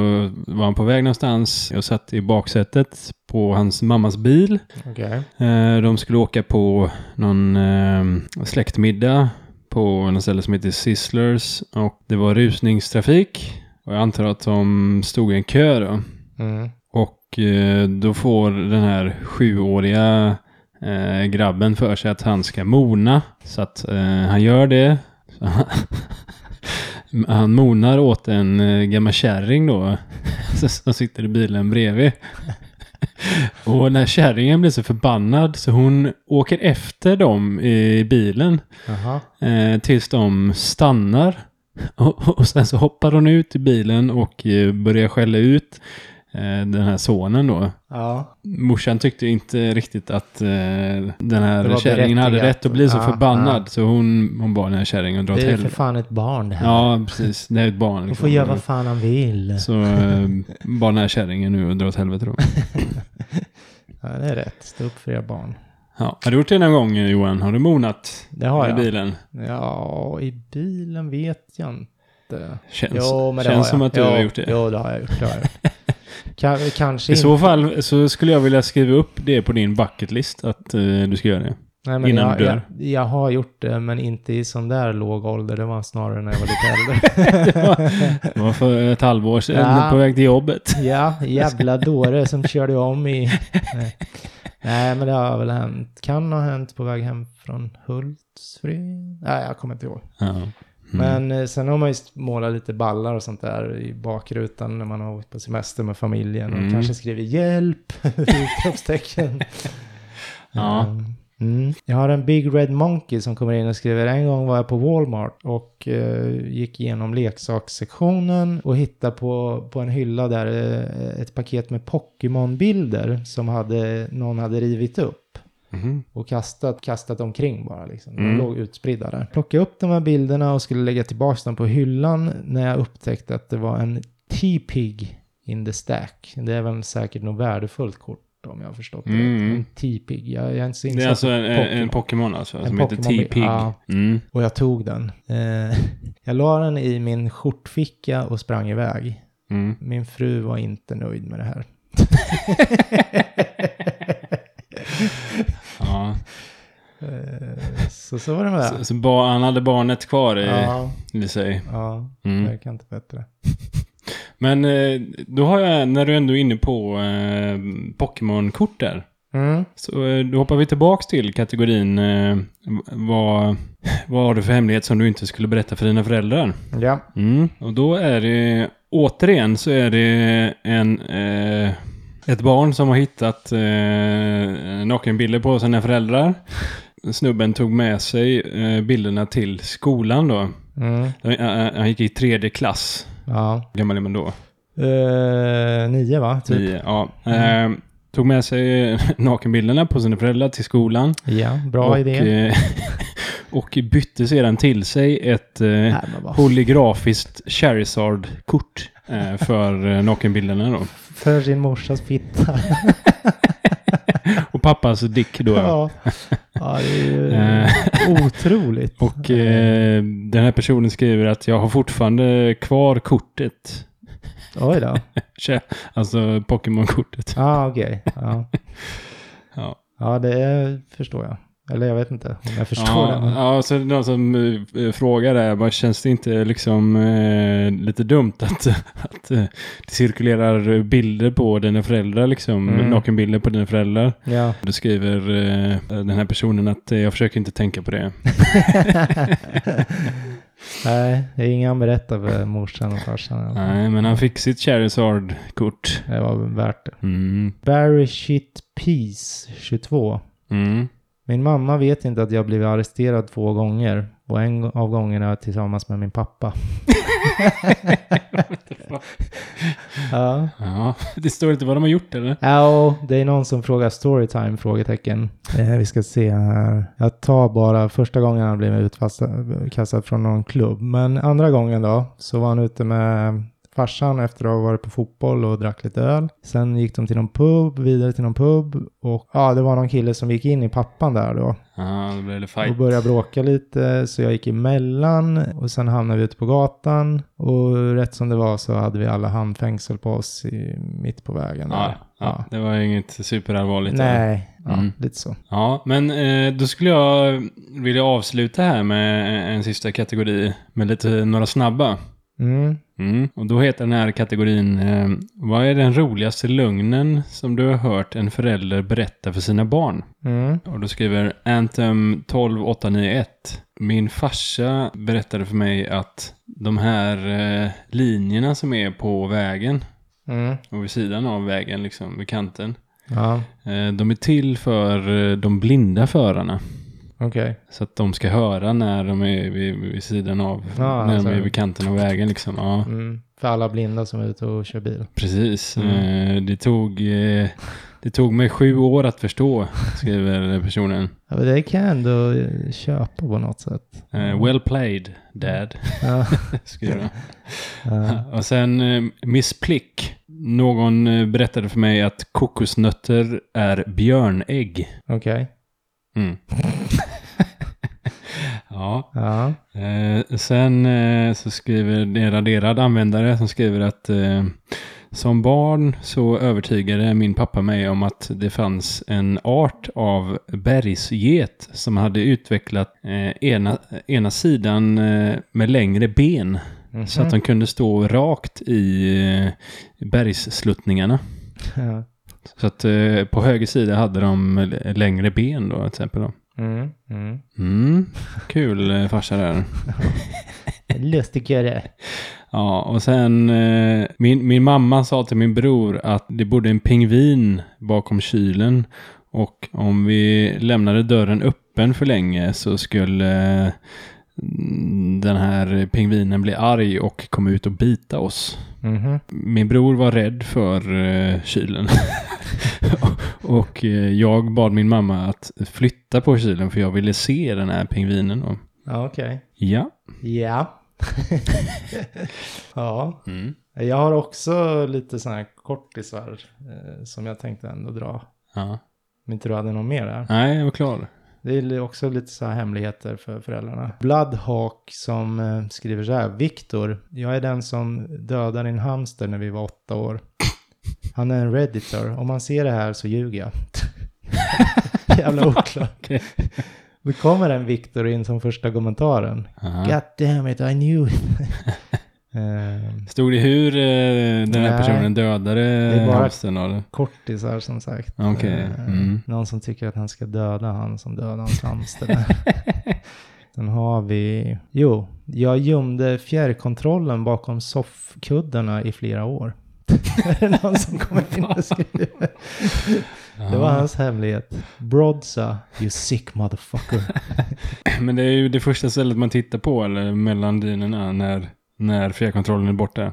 var han på väg någonstans. Jag satt i baksätet på hans mammas bil.
Okej.
Eh, de skulle åka på någon eh, släktmiddag på något ställe som heter Sizzlers och det var rusningstrafik. Och jag antar att de stod i en kö då.
Mm.
Och eh, då får den här sjuåriga eh, grabben för sig att han ska mona. Så att eh, han gör det. Så han, han monar åt en eh, gammal kärring då. Som sitter i bilen bredvid. Och den här kärringen blir så förbannad så hon åker efter dem i bilen.
Jaha.
Eh, tills de stannar. Och, och sen så hoppar hon ut i bilen och eh, börjar skälla ut eh, den här sonen då.
Ja.
Morsan tyckte inte riktigt att eh, den
Det
här
var
kärringen hade
berättigat.
rätt att bli så
Ja,
förbannad. Så hon, hon bad den här kärringen dra åt
Det är för
helvete.
fan ett barn det här.
Ja, liksom. precis. Det är ett barn.
Hon får göra vad fan han vill.
Så eh, bad den här kärringen nu och dra åt helvete då.
Ja, det är rätt. Stå upp för era barn.
Ja. Har du gjort det någon gång eh, Johan? Har du monat
Det har
i
jag.
bilen?
Ja, i bilen vet jag inte.
Känns,
Jo, men det har jag.
känns som att du
jo,
har gjort det.
Jo, det har jag gjort. Det har jag gjort. Ka- kanske
I
inte.
så fall så skulle jag vilja skriva upp det på din bucketlist att eh, du ska göra det.
Nej, men
innan
jag,
du
jag,
dör.
jag har gjort det, men inte i sån där låg ålder. Det var snarare när jag var lite äldre.
Det var för ett halvår sedan
Ja.
på väg till jobbet.
Ja, jävla dåre som körde om i... Nej. Nej, men det har väl hänt. Kan ha hänt på väg hem från Hultsfred. Nej, jag kommer inte ihåg.
Ja. Mm.
Men eh, sen har man ju målat lite ballar och sånt där i bakrutan när man har åkt på semester med familjen och
Mm.
kanske skriver hjälp, utropstecken.
Ja.
Mm. Jag har en Big Red Monkey som kommer in och skriver en gång var jag på Walmart och eh, gick igenom leksakssektionen och hittade på, på en hylla där eh, ett paket med Pokémon-bilder som hade, någon hade rivit upp
Mhm.
och kastat, kastat omkring bara. Liksom. De
Mm.
låg utspridda där. Plockade upp de här bilderna och skulle lägga tillbaka dem på hyllan när jag upptäckte att det var en T-Pig in the stack. Det är väl säkert något värdefullt kort om jag har förstått det
Mm.
rätt. En T-Pig, jag, jag är inte så
Det är
insatt.
alltså en, en-
Pokémon.
en Pokémon alltså,
En
som heter
Pokémon-bil.
T-Pig.
Ja.
Mm.
Och jag tog den. Eh, jag la den i min skjortficka och sprang iväg.
Mm.
Min fru var inte nöjd med det här.
Ja.
Eh, så så var det med det.
Så, så ba, han hade barnet kvar i,
Ja,
i sig.
ja,
Mm.
verkar inte bättre.
Men eh, då har jag, när du ändå är inne på eh, Pokémon-kort där.
Mm.
Så eh, då hoppar vi tillbaks till kategorin eh, vad, vad har du för hemlighet som du inte skulle berätta för dina föräldrar?
Ja.
Mm. Och då är det återigen så är det en, eh, ett barn som har hittat eh, nakenbilder på sina föräldrar. Snubben tog med sig eh, bilderna till skolan då.
Mm.
Han- eh, Han han gick i tredje klass.
Ja.
Hur gammal är man då?
Eh, nio va? Typ. Mm.
Tio. Ja. Eh, tog med sig eh, nakenbilderna på sina föräldrar till skolan.
Ja, bra
och,
idé.
eh, och bytte sedan till sig ett eh,
Nej, men vad
holografiskt Charizard-kort eh, för eh, nakenbilderna då.
För sin morsas fitta.
Och pappas dick då.
Ja. ja, det är ju
Eh,
otroligt.
och eh, den här personen skriver att jag har fortfarande kvar kortet.
Oj då.
Tja, Alltså Pokémon-kortet.
Ah, okej. Ja.
Ja.
ja, det är, förstår jag. Eller jag vet inte om jag förstår det.
Ja,
Men,
ja, så är det någon som eh, frågar där, bara, känns det inte liksom eh, lite dumt att, att eh, det cirkulerar bilder på dina föräldrar, liksom
Mm.
nakenbilder på dina föräldrar?
ja.
Då skriver eh, den här personen att eh, jag försöker inte tänka på det.
Nej, det är ingen han berättar för morsan och farsan.
Nej, men han fick sitt Charizard-kort.
Det var värt det.
Mm.
Barry Shit Peace 22.
Mm.
Min mamma vet inte att jag blivit arresterad två gånger och en av gångerna tillsammans med min pappa. ja.
Ja, det står inte vad de har gjort eller?
Ja, och det är någon som frågar storytime? Frågetecken. Eh, vi ska se här. Jag tar bara första gången han blev utkastad från någon klubb. Men andra gången då, så var han ute med farsan efter att ha varit på fotboll och drack lite öl. Sen gick de till någon pub, vidare till någon pub och ja, det var någon kille som gick in i pappan där då
Ja, det blev det
och
fight.
började bråka lite så jag gick emellan och sen hamnade vi ute på gatan och rätt som det var så hade vi alla handfängsel på oss i, mitt på vägen. där.
Ja, ja, det var inget superallvarligt. eller?
Nej, ja,
Mm.
lite så.
Ja, men eh, då skulle jag vilja avsluta här med en sista kategori med lite några snabba.
Mm.
Mm. Och då heter den här kategorin eh, Vad är den roligaste lögnen som du har hört en förälder berätta för sina barn?
Mm.
Och då skriver Anthem 12891 Min farsa berättade för mig att de här eh, linjerna som är på vägen
Mm.
och vid sidan av vägen liksom vid kanten
Ja,
eh, de är till för eh, de blinda förarna.
okej.
Så att de ska höra när de är vid, vid sidan av,
Ja,
när
alltså.
de är vid kanten av vägen liksom. Ja,
Mm. För alla blinda som är ute och kör bil.
precis.
Mm.
Eh, Det, tog, eh, det tog mig sju år att förstå, skriver personen.
Ja, men det kan jag ändå eh, köpa på något sätt.
Eh, Well played, dad,
Ja.
skriver han.
Ja.
Och sen eh, Miss Plick. Någon eh, berättade för mig att kokosnötter är björnägg.
Okej.
Mm. ja.
Ja.
Eh, sen eh, så skriver det är en raderad användare som skriver att eh, som barn så övertygade min pappa mig om att det fanns en art av bergsget som hade utvecklat eh, ena, ena sidan eh, med längre ben
Mhm.
så att de kunde stå rakt i eh, bergssluttningarna.
Ja.
Så att eh, på höger sida hade de l- längre ben då till exempel. Då.
Mm. Mm.
Mm, kul eh, farsa där.
Lustigare.
Ja, och sen eh, min, min mamma sa till min bror att det bodde en pingvin bakom kylen och om vi lämnade dörren öppen för länge så skulle eh, den här pingvinen bli arg och komma ut och bita oss.
Mhm.
Min bror var rädd för eh, kylen. och eh, jag bad min mamma att flytta på kylen för jag ville se den här pingvinen. Då.
Ja, okej.
Ja.
Ja. ja.
Mm.
Jag har också lite sådana här kortisar eh, som jag tänkte ändå dra.
ja.
Om inte du hade någon mer där.
Nej, jag var klar.
Det är li- också lite så här hemligheter för föräldrarna. Bloodhawk som eh, skriver så här. Viktor, jag är den som dödar din hamster när vi var åtta år. Han är en redditor. Om man ser det här så ljuger jag. Jävla oklart.
Okej.
Då kommer en Viktor in som första kommentaren.
Ja.
God damn it, I knew it. Eh,
Stod det hur eh, den här
Nej.
personen dödade
är bara-
hamstern? Bara...
kortisar som sagt.
Okej,
Eh,
mm.
Någon som tycker att han ska döda han som dödade hans hamster. Sen har vi, jo, jag gömde fjärrkontrollen bakom soffkuddarna i flera år. Är det någon som kommer in och skriver? Det var hans hemlighet. Brodsa, you sick motherfucker.
Men det är ju det första stället man tittar på, eller mellan dynorna, när, när fjärrkontrollen är borta.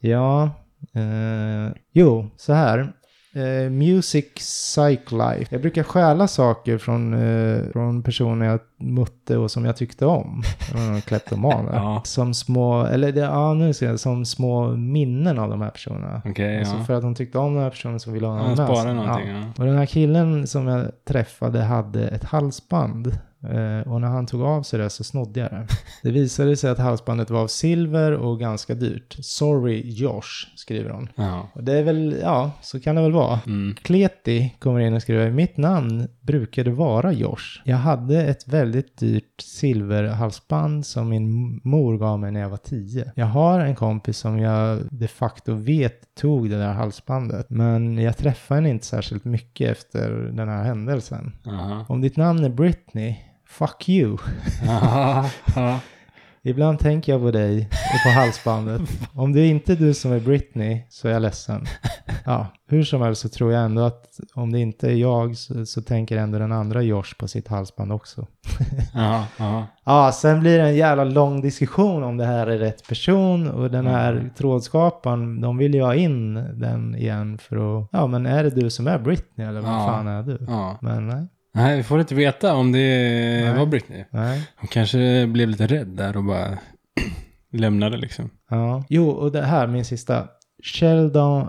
Ja, eh, jo, så här. Eh, music Psych Life. Jag brukar stjäla saker från, eh, från personer jag mötte och som jag tyckte om. Mm, Kleptomaner.
Ja.
Som små, eller det, ja, nu ser jag, som små minnen av de här personerna.
Okej,
Alltså
Mm. ja.
för att de tyckte om den här personen så ville ha
Han
honom med
sparar
sig.
någonting.
Ja.
Ja.
Och den här killen som jag träffade hade ett halsband. Eh, och när han tog av sig det så snodde jag det. Det visade sig att halsbandet var av silver och ganska dyrt. Sorry Josh, skriver hon.
Ja.
Och det är väl, ja, så kan det väl vara.
Mm.
Kleti kommer in och skriver, mitt namn brukade vara Josh. Jag hade ett väldigt dyrt silverhalsband som min mor gav mig när jag var tio. Jag har en kompis som jag de facto vet tog det där halsbandet, men jag träffade henne inte särskilt mycket efter den här händelsen.
Aha.
Om ditt namn är Britney, fuck you.
Aha. Ja.
Ibland tänker jag på dig och på halsbandet. Om det inte är du som är Britney så är jag ledsen. Ja, hur som helst så tror jag ändå att om det inte är jag så, så tänker ändå den andra Josh på sitt halsband också.
Aha. Aha.
Ja, sen blir det en jävla lång diskussion om det här är rätt person och den här trådskaparen, de vill ju ha in den igen för att, ja men är det du som är Britney eller vem
Ja.
fan är du?
Ja.
Men nej,
Nej, vi får inte veta om det
Nej.
var Britney.
nej.
Hon kanske blev lite rädd där och bara lämnade liksom.
Ja. Jo, och det här, min sista. Sheldon,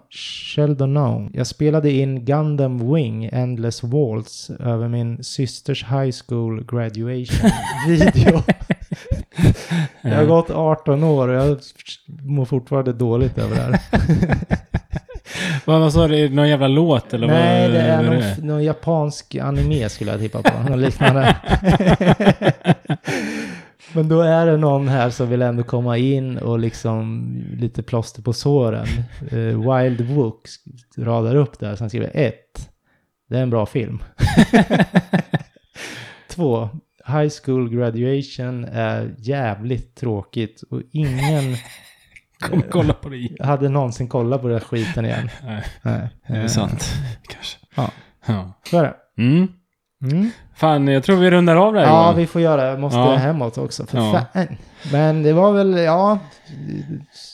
Sheldon Known. Jag spelade in Gundam Wing Endless Waltz över min systers high school graduation video. Jag har gått 18 år och jag mår fortfarande dåligt över det här.
Vad, vad sa du? Är det Någon jävla låt eller
Nej,
vad?
det är
vad
någon, någon japansk anime skulle jag tippa på. Något liknande. Men då är det någon här som vill ändå komma in och liksom lite plåster på såren. Eh, Wild Wook sk- radar upp där, sen skriver 1. Det är en bra film. 2. High School Graduation är jävligt tråkigt och ingen
Kom kolla på det. igen.
hade någonsin kollat på den här skiten igen.
Nej,
Nej.
det är sant. Kanske.
Ja.
ja.
Så är det.
Mm.
Mm.
Fan, jag tror vi rundar av där
Ja,
Johan.
vi får göra det. Jag måste
Ja.
hemåt också. För
Ja.
fan. Men det var väl, ja,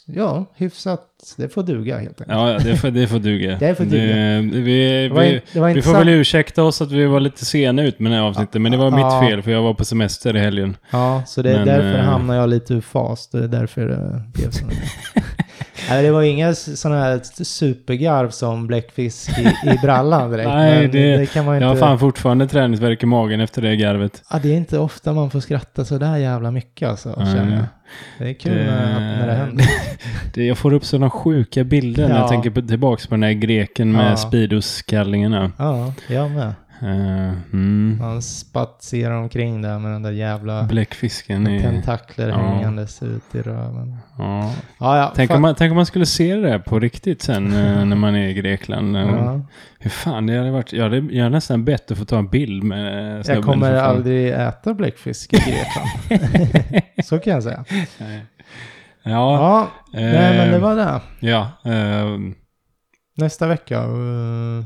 ja, hyfsat. Det får duga helt enkelt.
Ja, ja, det får, det får duga.
Det får duga.
Det, vi,
det var,
vi,
in, det var
vi får
intressant.
väl ursäkta oss att vi var lite sena ut med det här avsnittet, men det var
Ja.
mitt fel för jag var på semester i helgen.
ja, så det är
Men,
därför
eh,
hamnar jag lite ur fas. Det är därför det blev så. Nej, det var inga sådana här supergarv som bläckfisk i, i brallan direkt.
Nej,
men
det-
kan man ju
Jag har
inte...
fan fortfarande träningsvärk i magen efter det garvet.
Ja, det är inte ofta man får skratta så där jävla mycket alltså,
Nej.
känner jag. Det är kul
Det-
när, när det händer.
Det, jag får upp sådana sjuka bilder när
Ja.
jag tänker på, tillbaka på den här greken med
Ja.
Speedos-kallingarna.
Ja, jag med.
Eh, mm.
Man spatserar omkring där med den där jävla...
Bläckfisken
Med
är...
tentakler
Ja.
hängandes ut i röven.
Ja.
Ja, ja.
Tänk,
fan.
om man, tänk om man skulle se det där på riktigt sen eh, när man är i Grekland. eh,
Ja.
Hur fan, det hade varit... Jag hade, jag hade nästan bett att få ta en bild med eh, snubben.
Jag kommer
för fan.
aldrig äta bläckfisk i Grekland. Så kan jag säga.
Nej.
Ja,
Ja.
nej men det
eh,
var det.
Ja. eh,
Nästa vecka. eh,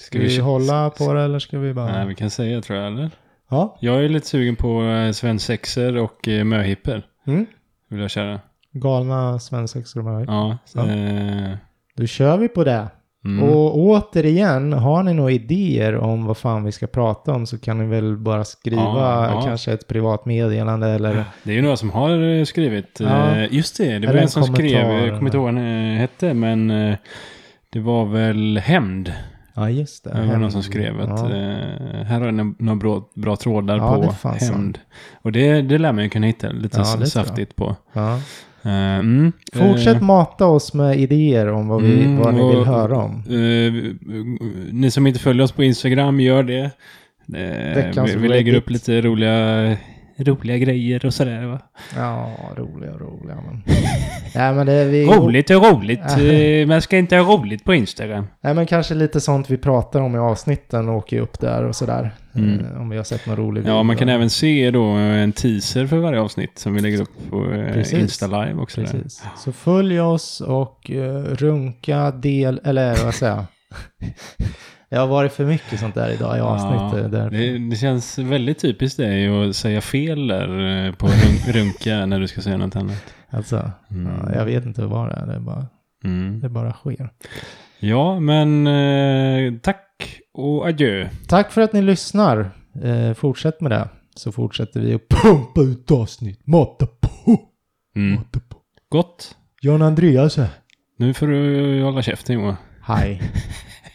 Ska vi
kö-
hålla på det eller ska vi
Nej,
bara...
vi kan säga tror jag, eller?
Ja.
Jag är lite sugen på eh, svensexer och eh, möhipper.
Mm.
Vill jag köra.
Galna svensexor med höjd.
Ja.
Ja.
eh,
Då kör vi på det.
mm.
Och återigen, har ni några idéer om vad fan vi ska prata om så kan ni väl bara skriva
Ja, ja.
kanske ett privat meddelande eller...
Det är ju några som har eh, skrivit.
Ja.
eh, Just det, det var
Eller
en som
kommentar.
skrev. Jag kommer inte ihåg vad den eh, hette, men eh, det var väl hämnd.
Ja, just det.
Det var någon som skrev att
Ja.
eh, här har ni några bra, bra trådar
Ja, det är
på
fan sant.
hämnd. Och det, det lär man ju kunna hitta lite
Ja, det tror jag.
saftigt på.
Ja.
Eh, mm.
Fortsätt
Eh,
mata oss med idéer om vad, vi,
Mm,
vad ni vill
och-
höra om.
Eh, ni som inte följer oss på Instagram, gör det. Eh,
Veckans
vi, vi
Reddit.
lägger upp lite roliga
roliga grejer och sådär va.
Ja, roliga, roliga. Men... Nej, men det är vi...
Roligt och roligt.
Ja.
eh, Man ska inte ha roligt på Instagram.
Nej, men kanske lite sånt vi pratar om i avsnitten och åker upp där och sådär.
Mm.
Eh, Om vi har sett någon rolig
Ja,
video.
man kan även se då eh, en teaser för varje avsnitt som vi lägger upp på eh,
Precis.
Insta Live också. Där.
Precis. Så följ oss och eh, runka, del, eller vad säger jag? Det har varit för mycket sånt där idag i avsnitt. eh, där.
det, det känns väldigt typiskt dig att säga fel där eh, på run- runka när du ska säga något annat.
Alltså,
Mm.
ja, jag vet inte vad det är. Det, är bara,
Mm.
det bara sker.
Ja, men eh, tack och adjö.
Tack för att ni lyssnar. Eh, fortsätt med det. Så fortsätter vi att pumpa ut avsnitt. Mata på.
Mm.
Mata på.
Gott.
John Andreas här.
Nu får du hålla käften Johan.
Hej.